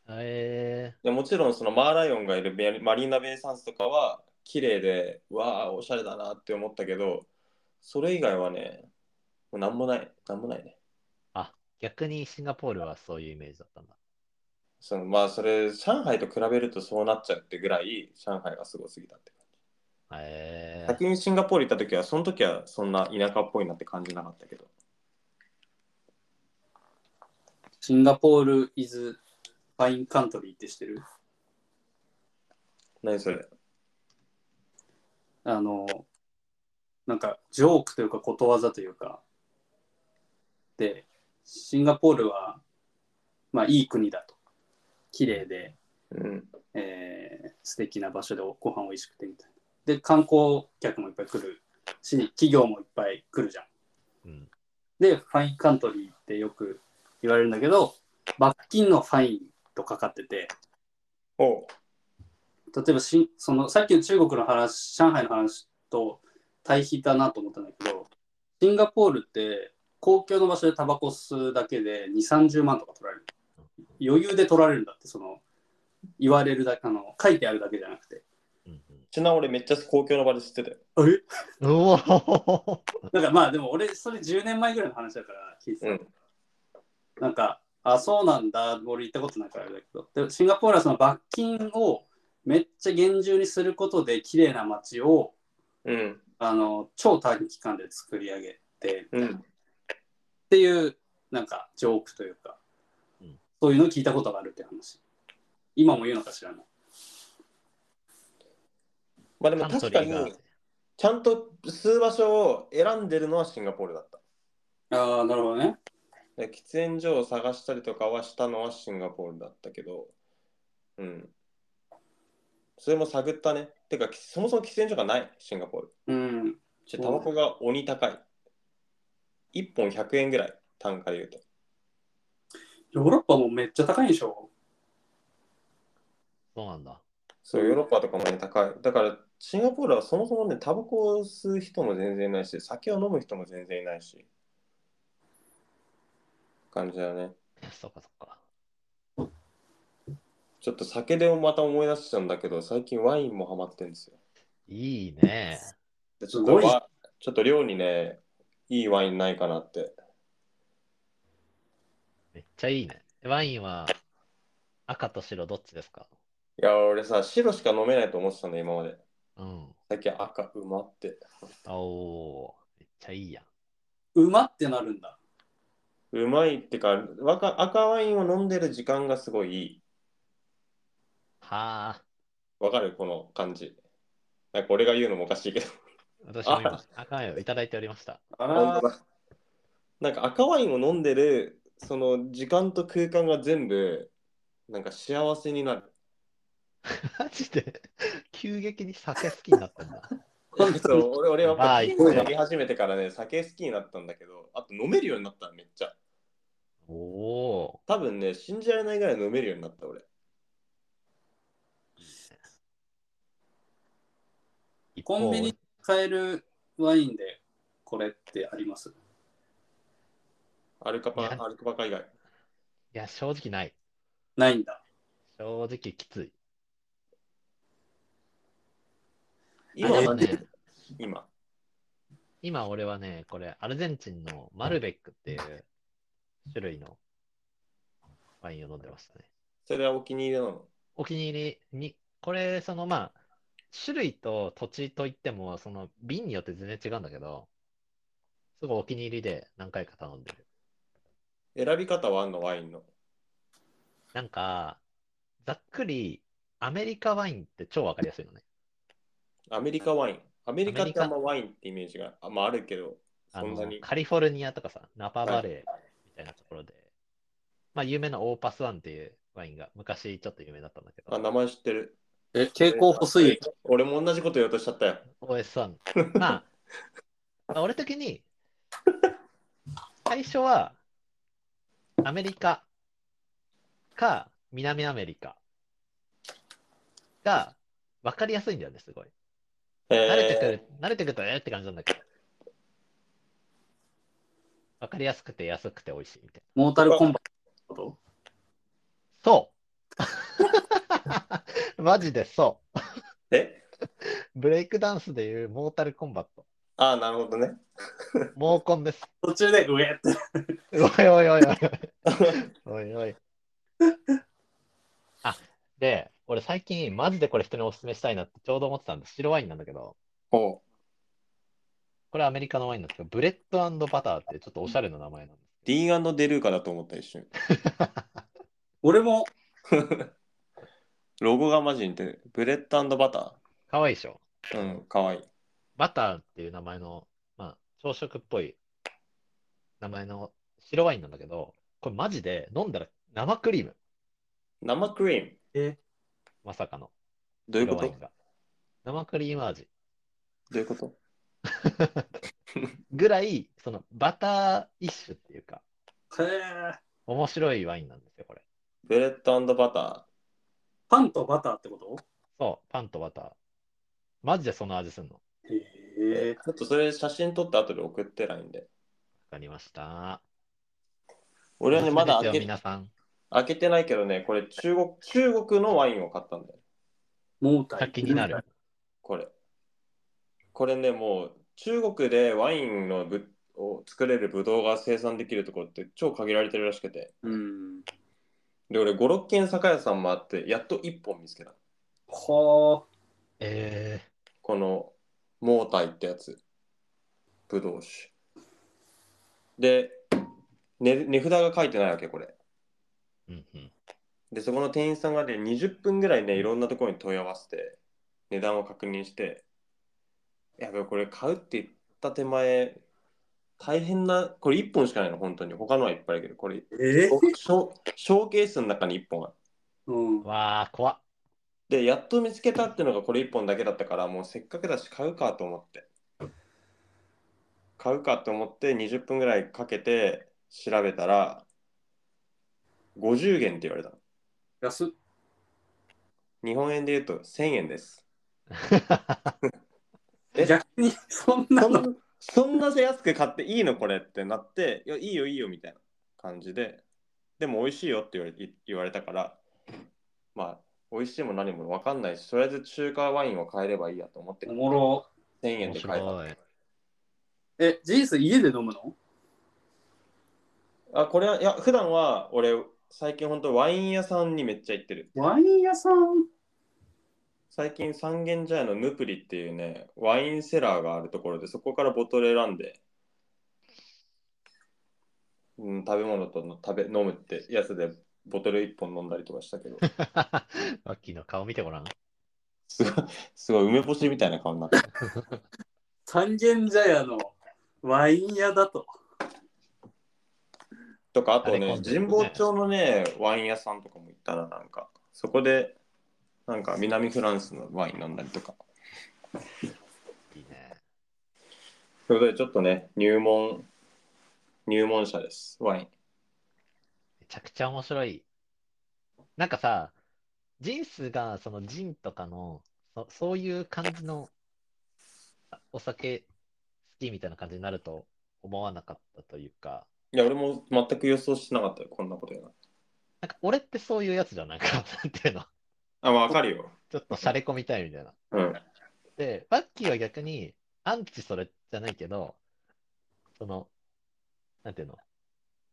B: え
A: でもちろんそのマーライオンがいるベアマリーナベイサンズとかは綺麗で、わあ、おしゃれだなって思ったけど、それ以外はね、もうなんもない、なんもないね。
B: ー、逆にシンガポールはそういうイメージだったんだ。
A: そのまあそれ、上海と比べるとそうなっちゃうってぐらい、上海がすごすぎたって感じ。
B: えー、
A: 先にシンガポール行った時は、その時はそんな田舎っぽいなって感じなかったけど。
C: シンガポールイズファインカントリーってしてる
A: 何それ
C: あの、なんか、ジョークというか、ことわざというか、で、シンガポールは、まあ、いい国だと。綺麗で、
A: うん。
C: えー素敵な場所でご飯美味しくてみたいな。で、観光客もいっぱい来るし、企業もいっぱい来るじゃん。
B: うん、
C: で、ファインカントリーってよく言われるんだけど、罰金のファインとかかってて、
A: おう
C: 例えばしそのさっきの中国の話上海の話と対比だなと思ったんだけどシンガポールって公共の場所でタバコ吸うだけで2 3 0万とか取られる余裕で取られるんだってその言われるだけあの書いてあるだけじゃなくて
B: うん
A: ちな俺めっちゃ公共の場で知ってたよ。
C: え
B: うん。うおー
C: なんかまあでも俺それ10年前ぐらいの話だから聞いてた、
A: うん
C: なんかあそうなんだ俺行ったことないからあれだけどでもシンガポールはその罰金をめっちゃ厳重にすることで綺麗な街を
A: うん。
C: あの超短期間で作り上げてみ
A: う
C: たいなっ
A: ん。
C: ていうなんかジョークというか、
B: うん
C: そういうのを聞いたことがあるって話今も言うのか知らない
A: まあで
B: カ
A: も
B: ント
A: 確
B: リ
A: か
B: ーが
A: に、ちゃんと吸う場所を選んでるのはシンガポールだった。
C: ああ、なるほどね。
A: で喫煙所を探したりとかはしたのはシンガポールだったけど、うん。それも探ったね。てか、きそもそも喫煙所がない、シンガポール。
C: うん。
A: ちょタバコが鬼高い。1本100円ぐらい、単価で言うと。
C: ヨーロッパもめっちゃ高いんでしょ
B: そうなんだ。
A: そう、ヨーロッパとかもね、高い。だから、シンガポールはそもそもね、タバコを吸う人も全然いないし、酒を飲む人も全然いないし。感じだよね。
B: そっかそっか。
A: ちょっと酒でまた思い出しちゃうんだけど、最近ワインもハマってるんですよ。
B: いいね。
A: でち
C: す
A: ょっと
C: ごい
A: わちょっと寮にね、いいワインないかなって。
B: めっちゃいいね。ワインは赤と白どっちですか
A: いや、俺さ、白しか飲めないと思ってたんだ、今まで。
B: うん。
A: 最近赤、うまって。
B: あおーめっちゃいいやん。
C: 馬ってなるんだ。
A: うまいってか、若赤ワインを飲んでる時間がすごいいい。
B: はあ。
A: わかるこの感じ。なんか俺が言うのもおかしいけど。
B: 私も今、赤ワインをいただいておりました。
C: あ
A: 本当だなんか赤ワインを飲んでる、その時間と空間が全部、なんか幸せにな る。
B: マジで急激に酒好きになったんだ。
A: そう俺俺は
B: あ
A: やっぱ
B: あ
A: ビール飲み始めてからね、酒好きになったんだけど、あと飲めるようになった、めっちゃ。
B: おお
A: 多分ね、信じられないぐらい飲めるようになった、俺。
B: ー。
C: コンビニで買えるワインでこれってあります
A: アルカ
B: い
A: パ、
B: や
A: アルカパカ以外。
B: いや、正直ない。
C: ないんだ。
B: 正直きつい。
A: 今
B: あ
A: は
B: れ
A: 何、
B: ね
A: 今。
B: 今俺はね、これ、アルゼンチンのマルベックっていう種類のワインを飲んでましたね。
A: それはお気に入りなの。
B: お気に入りに、これ、そのまあ、種類と土地といっても、その瓶によって全然違うんだけど、すごいお気に入りで何回か頼んでる。
A: 選び方はあんの、ワインの。
B: なんか、ざっくり、アメリカワインって超わかりやすいのね。
A: アメリカワイン。アメリカってあ
B: アメリ
A: んま
B: カ
A: ワインってイメージがあ,、まあ、あるけど、
B: あ
A: そん
B: の
A: なに。
B: カリフォルニアとかさ、ナパバレーみたいなところで、まあ、有名なオーパスワンっていうワインが昔ちょっと有名だったんだけ
A: あ、
B: ど、
A: 名前知ってる。
C: え、蛍光補水液。
A: 俺も同じこと言おうとしちゃったよ。
B: OS1。まあ、まあ、俺的に、最初は、アメリカか南アメリカが分かりやすいんだよね、すごい。慣れてく
A: え
B: る、慣れてくるとえーって感じなんだけど。分かりやすくて安くて美味しいみたいな。
C: モータルコンバットのこ
B: そう。マジでそ
A: ー、え
B: う。ブレイクダンスでいうモータルコンバット。
A: あなるほどね。
B: 猛コンです。
C: と途中で上って。
B: おいおい おいおい。おいおい。あ、で、俺最近マジでこれ人におすすめしたいなってちょうど思ってたんです。白ワインなんだけど、
A: ほう
B: これアメリカのワインなんですけど、ブレッドバターってちょっとおしゃれな名前なんです。
A: ディーガンデルーカだと思った一瞬。
C: 俺も、
A: ロゴがマジに似てる。ブレッドバタ
B: かわいいでしょ。
A: ー。うん、かわいい。
B: バターっていう名前の、まあ、朝食っぽい名前の白ワインなんだけど、これマジで飲んだら生クリーム、
A: 生クリーム。
C: え、
B: まさかの。
A: どういうこ
B: 白ワイ
A: と
B: ンが生クリーム味
A: どういうこと
B: ぐらい、そのバター一種っていうか、
C: へえ。
B: 面白いワインなんですよ、これ。
A: ブレッドバタ
C: パンとバターってこと
B: そう、パンとバター。マジでその味すんの。わ
C: へ
A: ー。
C: え。
A: ちょっとそれ写真撮って後で送ってないんで。
B: かりました。
A: 俺はね、まだ
B: おすす
A: 開
B: めです
A: け
B: よ皆さん、
A: 開けてないけどね、これ中国、中国のワインを買ったんだよ。
C: モータル。
B: 先になる。。
A: これ。これね、もう中国でワインのぶを作れるブドウが生産できるところって超限られてるらしくて。
C: うん。
A: で、俺5、6軒酒屋さんもあって、やっと1本見つけた。
C: は
B: え
A: この、モータイってやつ。ブドウ酒。で、ね値札が書いてないわけ、これ。
B: ー、うんうん。
A: で、そこの店員さんがね、20分ぐらいね、いろんなところに問い合わせて、値段を確認して、いやべ、これ買うって言った手前、大変な、これ1本しかないの、本当に。他のはいっぱいあるけど、これ、
C: え
A: ショショーケースの中に1本ある。
C: うん。
B: わあ、怖っ。
A: で、やっと見つけたっていうのがこれ1本だけだったから、もうせっかくだし買うかと思って。買うかと思って20分ぐらいかけて調べたら、50元って言われたの。
C: 安っ。
A: 日本円で言うと1000円です。え
C: 逆に、そんな
A: そん
C: の
A: な、そんな安く買っていいのこれってなって、いや、いいよいいよみたいな感じで、でも美味しいよって言われい言われたから、まあ、美味しいも何も分かんないし、とりあえず中華ワインを買えればいいやと思って、
C: お
A: 1000
C: もろ。
A: 円
B: 面
A: で買え
B: 白
A: た。
B: い。
C: え、ジース家で飲むの
A: あ、これは、いや、普段は俺、最近本当ワイン屋さんにめっちゃ行ってる。
C: ワイン屋さん
A: 最近三軒茶屋のヌプリっていうね、ワインセラーがあるところで、そこからボトル選んで、うん、食べ物との食べ飲むってやつでボトル1本飲んだりとかした けど、
B: マッキーの顔見てごらん。
A: すごい、すごい梅干しみたいな顔になってる。
C: 三軒茶屋のワイン屋だと。
A: とか、あと
B: あれ
A: ね
B: 混、んでるね
A: 神保町のね、ワイン屋さんとかも行ったら、なんか、そこで、なんか南フランスのワイン飲んだりとか。
B: いいね。
A: ということで、ちょっとね、入門、入門者です、ワイン。
B: めちゃくちゃ面白い。なんかさ、ジンスがそのジンとかのそ、そういう感じのあお酒好きみたいな感じになると思わなかったというか、
A: いや、俺も全く予想してなかったよ、こんなことやな。
B: なんか俺ってそういうやつじゃんないか、なんていうの。
A: あ、まあ、わかるよ。
B: ちょっとシャレ込みたいみたいな。
A: うん。
B: で、バッキーは逆にアンチそれじゃないけど、その、なんていうの、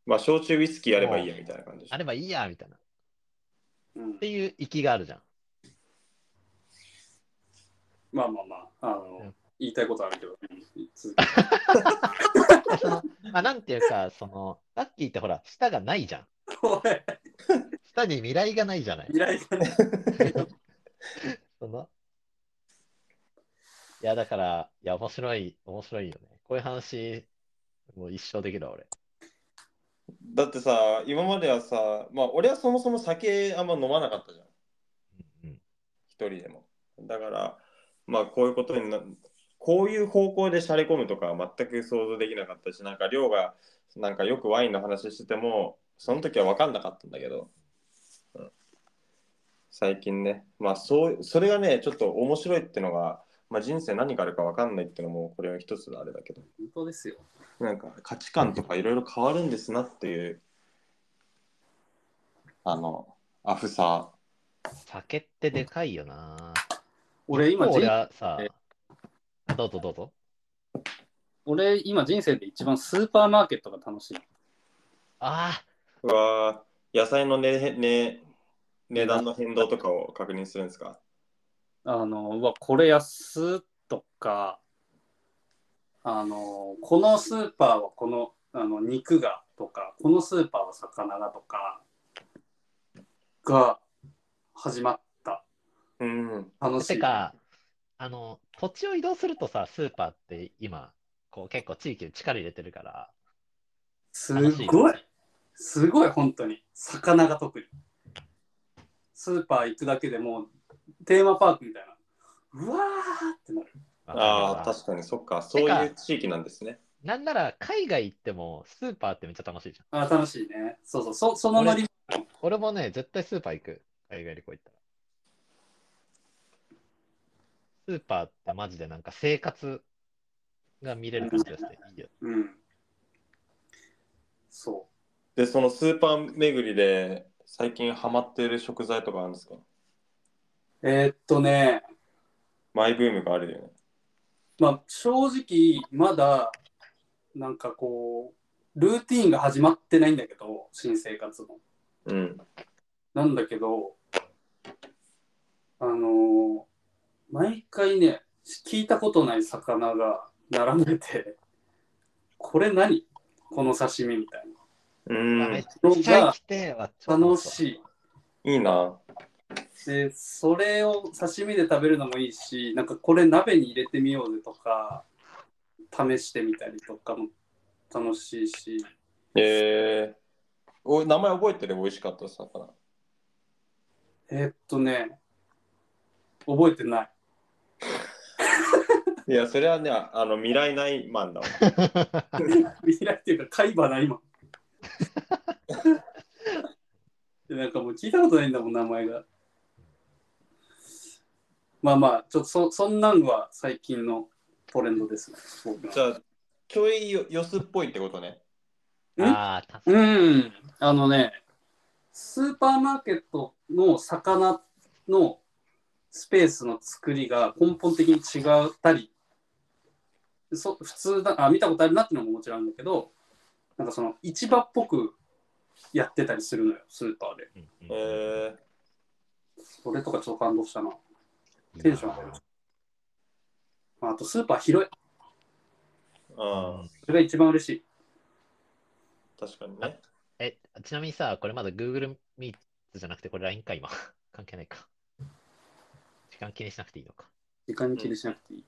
A: まあ、焼酎ウイスキーやればいいやみたいな感じでしょ
B: あればいいやみたいな。っ
C: うん
B: ていう意気があるじゃん。
C: まあまあまあ、あの、
B: うん
C: 言いたいことあるけど、うん続けて
B: でそのまあ、なんていうか、その、バッキーってほら、舌がないじゃん。
C: おい、
B: 下に未来がないじゃ ない。
C: 未来がね、
B: そのいや、だから、いや、面白い、面白いよね。こういう話、もう一生できるわ、俺。
A: だってさ、今まではさ、まあ、俺はそもそも酒あんま飲まなかったじゃん、
B: うんうん、
A: 一人でも。だから、まあ、こういうことにな、こういう方向でしゃれ込むとかは全く想像できなかったし、なんか、量が、なんかよくワインの話してても、その時は分かんなかったんだけど、うん最近ね、まあ、そう、それがね、ちょっと面白いってのが、まあ、人生何があるか分かんないってのも、これは一つのあれだけど。
C: 本当ですよ。
A: なんか価値観とかいろいろ変わるんですなっていう、あの、アフさ。
B: 酒ってでかいよな。
C: 俺今
B: もう
C: 人
B: 俺はさ
C: え、
B: どうぞどうぞ。
C: 俺今人生で一番スーパーマーケットが楽しい。
B: あ
A: うわー野菜の、ねね、値段の変動とかを確認するんですか
C: あの、うわ、これ安っとか、あの、このスーパーはこの、あの、肉がとか、このスーパーは魚がとか、が始まった。
A: うん。
C: 楽
B: あ、
C: しい。
B: てか、あの、土地を移動するとさ、スーパーって今、こう結構地域で力入れてるから、
C: すごいすごい本当に魚が特にスーパー行くだけでもうテーマパークみたいなうわーってなる
A: ああ、
B: か
A: 確かにそっか。そういう地域なんですね。
B: なんなら海外行ってもスーパーってめっちゃ楽しいじゃん。
C: あー楽しいねそうそうそそのノリ
B: 俺もね、絶対スーパー行く。海外旅行行ったら。スーパーってマジでなんか生活が見れる感じがしていいよ。
C: うんそ
A: で、そのスーパー巡りで最近ハマってる食材とかあるんですか
C: うえーっとね
A: マイブームがあるよね。
C: まあ正直まだなんかこうルーティーンが始まってないんだけど新生活の
A: うん。
C: なんだけど、あのー毎回ね、聞いたことない魚が並んでて、これ何この刺身みたい
A: うん
B: あめっちゃ行きてえわちょ
C: な。
B: っと
C: 楽し
A: いいな。
C: い。で、それを刺身で食べるのもいいし、なんかこれ鍋に入れてみようぜとか、試してみたりとかも楽しいし、
A: えー、お名前覚えてる美味しかった魚。
C: えーっとね、覚えてない。
A: いや、それはね、ああの未来ないマンだわ。
C: 未来っていうか、海馬だ、今。 でなんかもう聞いたことないんだもん、名前が。まあまあ、ちょっとそそんなんは最近のトレンドですね。僕の
A: じゃあ、ちょいよよすっぽいってことね。
C: ん
B: ああ、た
C: うん、あのね、スーパーマーケットの魚のスペースの作りが根本的に違ったり、そ普通だあ、見たことあるなっていうのももちろんあるんだけど、なんかその市場っぽくやってたりするのよ、スーパーで。
B: うんうん
A: えー、
C: それとかちょっと感動したな。テンション上がりました。あとスーパー広い。
A: ああ、
C: それが一番嬉しい。
A: 確かにね。
B: え、ちなみにさ、これまだ Google Meet じゃなくて、これ LINE か、今。 関係ないか。時間気にしなくていいのか。
C: 時間に気にしなくていい。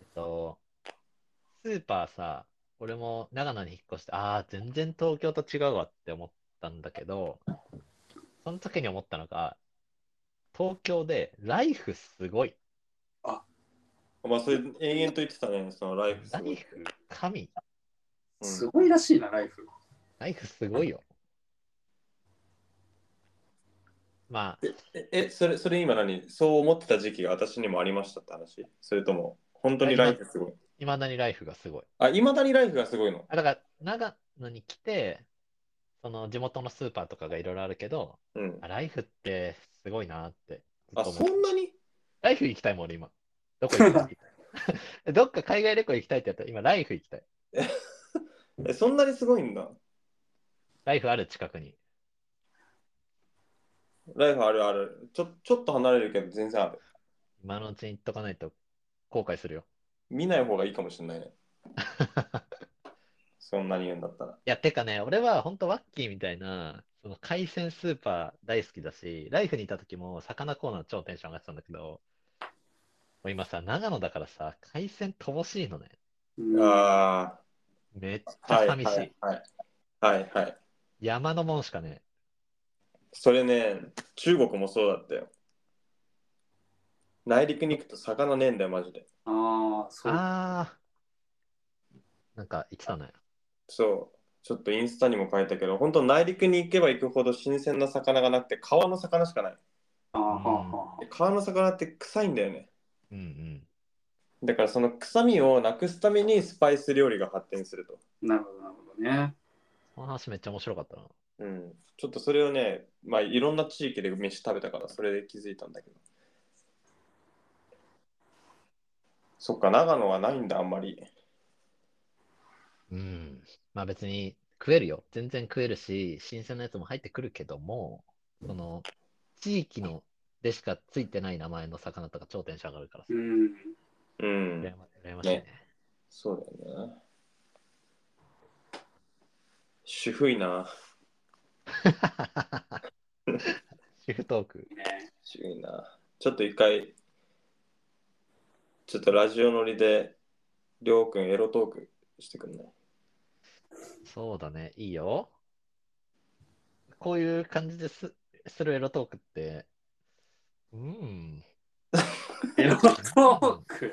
B: えっと、スーパーさ、俺も長野に引っ越して、ああ、全然東京と違うわって思ったんだけど、その時に思ったのが、東京でライフすごい。
A: お前、それ永遠と言ってたね、そのライフす
B: ラ
A: ご
B: イ
A: い。
B: フ、神、
A: うん
C: すごいらしいな、ライフ。
B: ライフすごいよ。まあ、
A: え、えそれ、それ今何そう思ってた時期が私にもありましたって話それとも、本当にライフすごい。
B: いまだにライフがすごい。
A: あ、いまだにライフがすごいの。
B: あだから、長野に来て、その地元のスーパーとかがいろいろあるけど、
A: うん
B: あ。ライフってすごいなってずっ
A: あ、
B: と思
A: そ
B: って。
A: んなに
B: ライフ行きたいもん、俺今。どこ行 きたい どっか海外旅行行きたいってやったら、今、ライフ行きたい。
A: え、そんなにすごいんだ。
B: ライフある近くに。
A: ライフあるある。ちょ、ちょっと離れるけど、全然ある。
B: 今のうちに行っとかないと後悔するよ。
A: 見ない方がいいかもしれない ね。そんなに言うんだったら。
B: いや、てかね、俺は本当ワッキーみたいな、その海鮮スーパー大好きだし、ライフにいた時も魚コーナー超テンション上がってたんだけど、もう今さ、長野だからさ、海鮮乏しいのね。
C: うん
A: あ
B: めっち
A: あ、は
B: ゃ
A: い、
B: 寂しい。
A: はい、はい。はい、はい。
B: 山のもんしかね、
A: それね、中国もそうだったよ。内陸に行くと魚ねえんだよ、マジで。
C: あー、そう。
B: あー。なんか言ってたね。
A: そう。ちょっとインスタにも書いたけど、本当内陸に行けば行くほど新鮮な魚がなくて、川の魚しかない。
C: あーはあはあ
A: で川の魚って臭いんだよね。
B: うんうん。
A: だからその臭みをなくすためにスパイス料理が発展すると。
C: なるほど、なるほどね。
B: この話めっちゃ面白かったな。
A: うん。ちょっとそれをね、まあいろんな地域で飯食べたから、それで気づいたんだけど。そっか、長野はないんだ、あんまり。
B: うん。まあ別に食えるよ。全然食えるし、新鮮なやつも入ってくるけども、その、地域のでしかついてない名前の魚とか超テンション上がるからさ
C: う。ん。
A: うん。
B: 羨ま羨ましいね。
A: そうだよね。主婦いな。
B: シフトーク。
C: ね、
A: 主婦いな。ちょっと一回、ちょっとラジオ乗りで、りょうくんエロトークしてくんない
B: そうだね。いいよ。こういう感じですするエロトークって、うん。
C: エロトーク。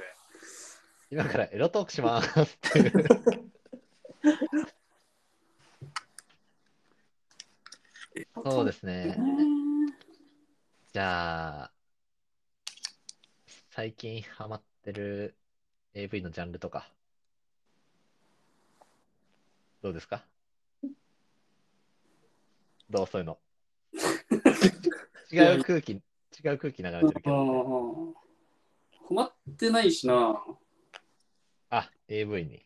B: 今からエロトークしますっていう。そうです
C: ね
B: ね。じゃあ、最近ハマってる AV のジャンルとか、どうですかどうそういう の。違う空気、違う空気流れてるけ
C: あ
B: ど。
C: ー困ってないしな。
B: あ、AV に。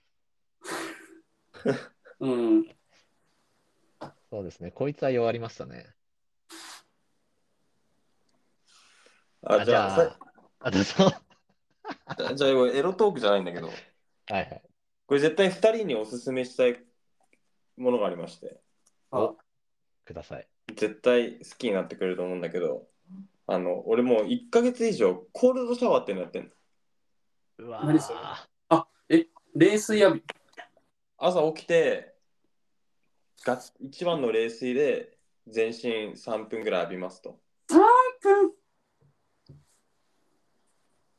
C: うん。
B: そうですね。こいつは弱りましたね。
A: あ、じゃあ、さ
B: あ、どうぞ。は
A: じゃあ、じゃあエロトークじゃないんだけど、
B: いはい。
A: これ絶対2人におすすめしたいものがありまして、
C: あ
B: ください。
A: 絶対好きになってくれると思うんだけど、あの、俺もう1ヶ月以上コールドシャワーってなってんの。
B: うわ
C: 何それ
B: ー
C: 冷水浴び。
A: 朝起きてガッ一番の冷水で全身3分ぐらい浴びますと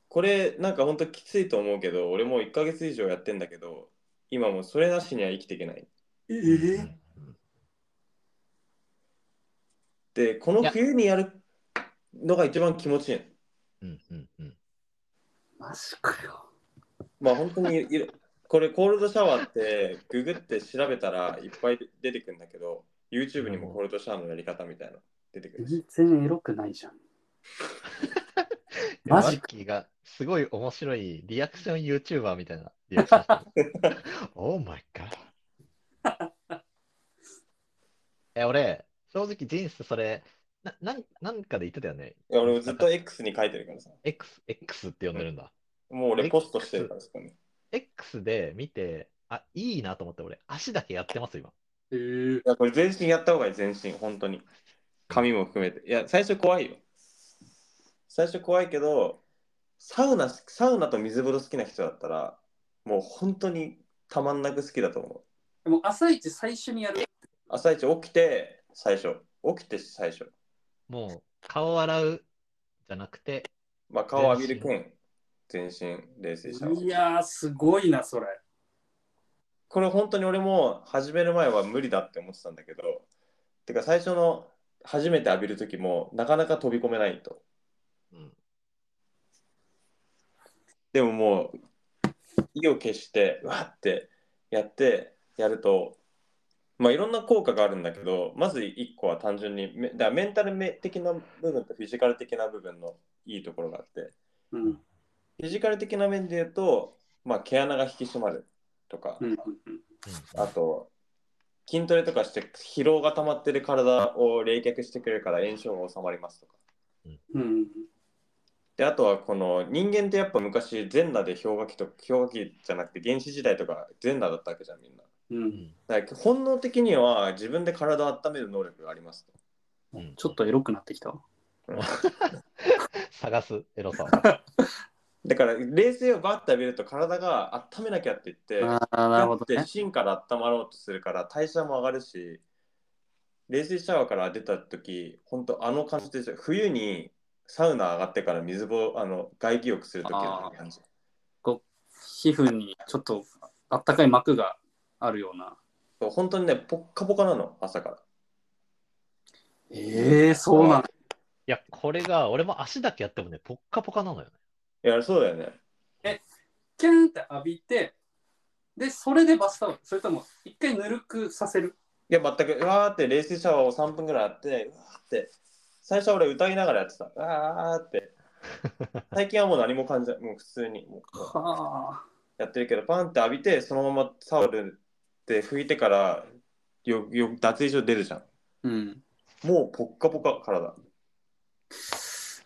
A: これなんかほんときついと思うけど俺もう1ヶ月以上やってんだけど今もうそれなしには生きていけない
C: え
B: うん
A: でこの冬にやるのが一番気持ちいいの
B: うんうんうん。
C: マジかよ。
A: まあ本当にいろ これコールドシャワーってググって調べたらいっぱい出てくるんだけど YouTube にもコールドシャワーのやり方みたいなの出てくるし
C: 全然エロくないじゃ ん。マ
B: マ
C: ジか
B: ジキーがすごい面白いリアクション YouTuber みたいなリアクション してる。オーマイガー。え、俺、正直人生それ、な、なん、なんかで言ってたよね。
A: いや俺もずっと X に書いてるからさ
B: X、X って呼んでるんだ。
A: もう俺ポストしてるからですかね
B: X で見て、あ、いいなと思って、俺、足だけやってます、今。
C: えー、
A: いやこれ全身やった方がいい全身本当に髪も含めていや最初怖いよ最初怖いけどサウナサウナと水風呂好きな人だったらもう本当にたまんなく好きだと思う
C: でも朝一最初にやる。
A: 朝一起きて最初起きて最初
B: もう、顔洗うじゃなくて、
A: まあ顔浴びる剣全身冷静した
C: いやー、すごいな、それ。
A: これ本当に俺も始める前は無理だって思ってたんだけどてか最初の初めて浴びる時もなかなか飛び込めないと
B: うん、
A: でももう意を決してわーってやってやるとまあいろんな効果があるんだけどまず1個は単純にめだからメンタルめ的な部分とフィジカル的な部分のいいところがあって
C: うん。
A: フィジカル的な面で言うと、まあ、毛穴が引き締まるとか、
C: うん。
A: あと筋トレとかして疲労が溜まってる体を冷却してくれるから炎症が収まりますとか
C: うん。
A: であとはこの人間ってやっぱ昔全裸で氷河期と氷河期じゃなくて原始時代とか全裸だったわけじゃんみんな
C: う。
B: うんん、
A: だから本能的には自分で体を温める能力がありますと
B: うん
C: ちょっとエロくなってきた。
B: 探すエロさを。
A: だから冷静をバッて浴びると体が温めなきゃって言って
C: ああ、なるほど
A: だ
C: ね
A: って。芯から温まろうとするから代謝も上がるし冷水シャワーから出た時本当あの感じでしょ冬にサウナ上がってから水風呂あの外気浴する時の感じ
C: 皮膚にちょっとあったかい膜があるような。
A: そう本当にねポッカポカなの朝から
C: ええー、そうなんだ。
B: いや、これが、俺も足だけやってもね、ポッカポカなのよね。
A: いやそうだよね
C: キュンって浴びて、で、それでバスタオル。それとも、一回ぬるくさせる。
A: いや全くうわーって冷水シャワーを3分ぐらいあってうわーって最初は俺歌いながらやってたうわーって最近はもう何も感じないもう普通にもう
C: はあ。
A: やってるけどパンって浴びてそのままタオルで拭いてからよよ脱衣所出るじゃん
C: うん。
A: もうポッカポカ体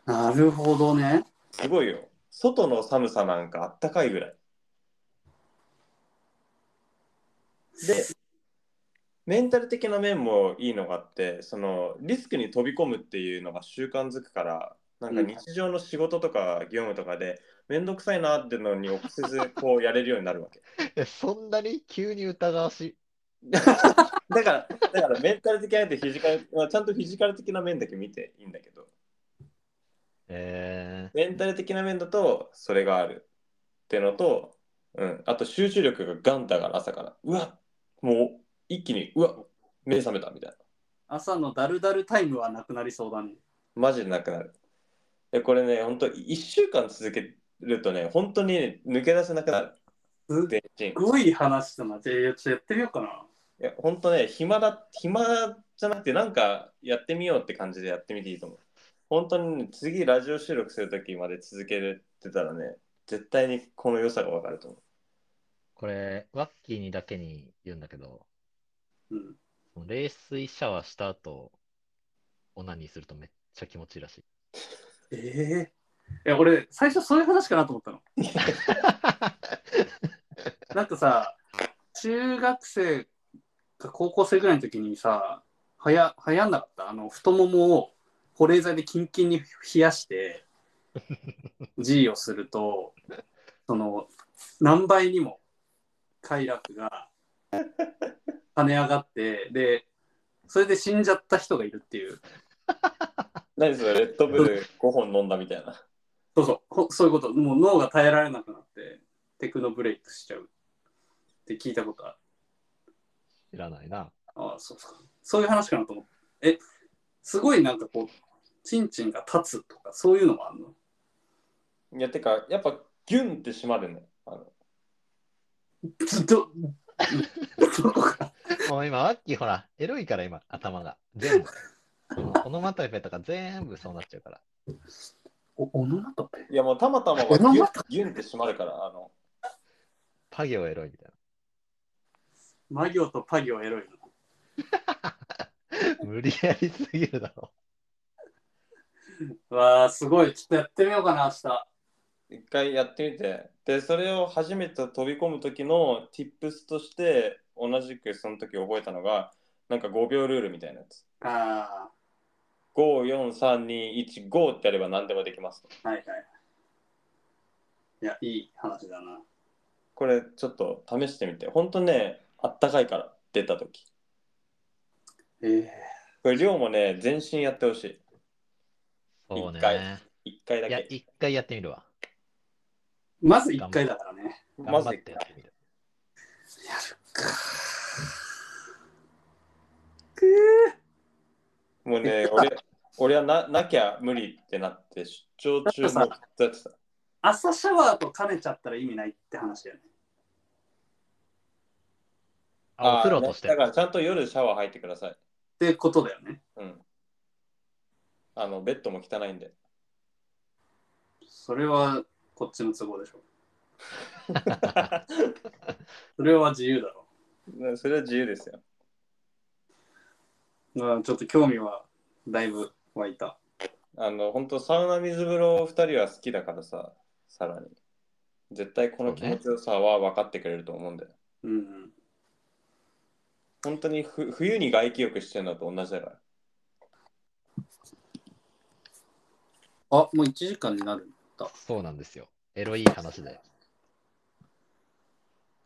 C: なるほどね。
A: すごいよ外の寒さなんかあったかいぐらいでメンタル的な面もいいのがあってそのリスクに飛び込むっていうのが習慣づくからなんか日常の仕事とか業務とかで面倒くさいなってのに臆せずこうやれるようになるわけ
B: え、そんなに急に疑わしい。
A: だから、だからメンタル的な面とフィジカル、まあちゃんとフィジカル的な面だけ見ていいんだけど、
B: え
A: メンタル的な面だとそれがあるってのと、うん、あと集中力がガンだから朝から、うわもう一気に、うわ目覚めたみたいな。
C: 朝のダルダルタイムはなくなりそうだね。
A: マジでなくなる。で、これね、ほんと1週間続けるとね、本当にね、抜け出せなくなる。
C: すっ
A: 全身。い
C: ごい話だな。じゃあ、ちょっとやってみようかな。
A: や、ほんとね、暇だ、暇じゃなくて、なんかやってみようって感じでやってみていいと思う。本当にね、次ラジオ収録するときまで続けるってたらね、絶対にこの良さがわかると思う。
B: これ、ワッキーにだけに言うんだけど、
C: うん。
B: その冷水シャワーした後、オナニーするとめっちゃ気持ちいいらしい。
C: ええいや、俺、最初そういう話かなと思ったの。なんかさ、中学生か高校生ぐらいの時にさ、はや、はやんなかった。あの、太ももを保冷剤でキンキンに冷やして、G をすると、その、何倍にも快楽が跳ね上がって、で、それで死んじゃった人がいるっていう。
A: 何それ、レッドブル5本飲んだみたいな。
C: そうそうほ、そういうこと。もう脳が耐えられなくなって、テクノブレイクしちゃうって聞いたことある。
B: 知らないな。
C: ああ、そうそう。そういう話かなと思って。え、すごいなんかこう、チンチンが立つとか、そういうのもあるの
A: いや、てか、やっぱギュンって締まるね。あの
C: ずっと、 どこか。
B: もう今、アッキーほら、エロいから今、頭が。全部。オノマトペとか全部そうなっちゃうから。
C: お、オノマトペ
A: いや、もうたまたまはギュンギュンって締まるから、あの、
B: パ行エロいみたい
C: マ行とパ行エロいの。
B: な。無理やりすぎるだろ。
C: わあ、すごい。ちょっとやってみようかな、明日。
A: 一回やってみて。で、それを初めて飛び込む時の tips として、同じくその時覚えたのが、なんか5秒ルールみたいなやつ。
C: あ
A: 54321ってやれば何でもできますと。
C: あ、はいはい。いや、いい話だな。
A: これちょっと試してみて。ほんとね、あったかいから、出た時。
C: ええ
A: これ量もね、全身やってほし
B: そうね
A: 一。回い。1回だ
B: いや、
A: け。
B: 一回やってみるわ。
C: まず一回だからね。
A: ま
B: 頑
A: ず
B: 張っ
A: 1
B: て
A: 回
B: や。ってみる。
C: やるか。
A: もう ね、俺俺はななきゃ無理ってなって、出張中もずっとやってた。
C: 朝シャワーと兼ねちゃったら意味ないって話だよね。
B: あ、お風呂
A: ー
B: として
A: だ。からちゃんと夜シャワー入ってください。
C: ってことだよね。
A: うん。あの、ベッドも汚いんで。
C: それはこっちの都合で しょ。それは自由だろ
A: ねそれは自由ですよ。
C: う。まあ、ちょっと興味はだいぶ湧いた。
A: あの、本当サウナ水風呂2人は好きだからさ、さらに。絶対この気持ちよさは分かってくれると思うんだよ。
C: うんうん。
A: 本当にふ冬に外気浴してるのと同じだから。
C: あ、もう1時間になる。
B: そうなんですよ。エロい話で。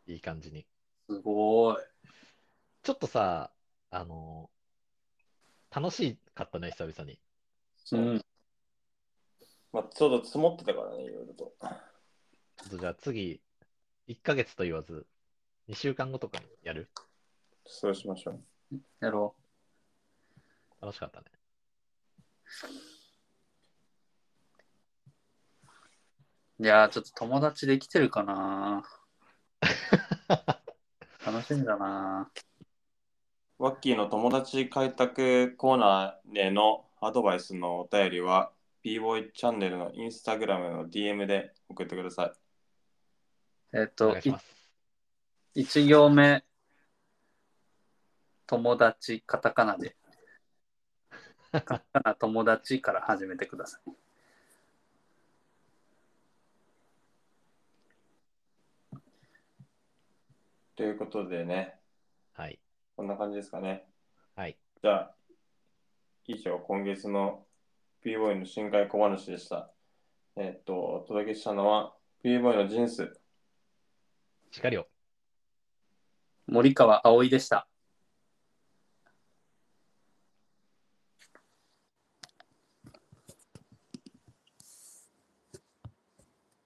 B: いい感じに。
C: すごい。。
B: ちょっとさ、あの楽しかったね、久々に。
A: そううんまあ、ちょうど積もってたからね、いろいろと。
B: ちょっとじゃあ次、1ヶ月と言わず、2週間後とかにやる
A: そうしましょう。
C: やろ
B: 楽しかったね。
C: う。いやー、ちょっと友達できてるかな。 楽しみだな。
A: ワッキーの友達開拓コーナーでのアドバイスのお便りは、b ボーイチャンネルのインスタグラムの DM で送ってください。
C: えっ、
B: お
C: と
B: 願いします。
C: 1行目、友達、カタカナで。カタカナ、友達から始めてください。
A: ということでね、
B: はい。
A: こんな感じですかね。
B: はい。
A: じゃあ、以上、今月の b ボーイの深海小話でした。えっと、お届けしたのは b ボーイのジンス。
B: しっかりを。
C: 森川葵でした。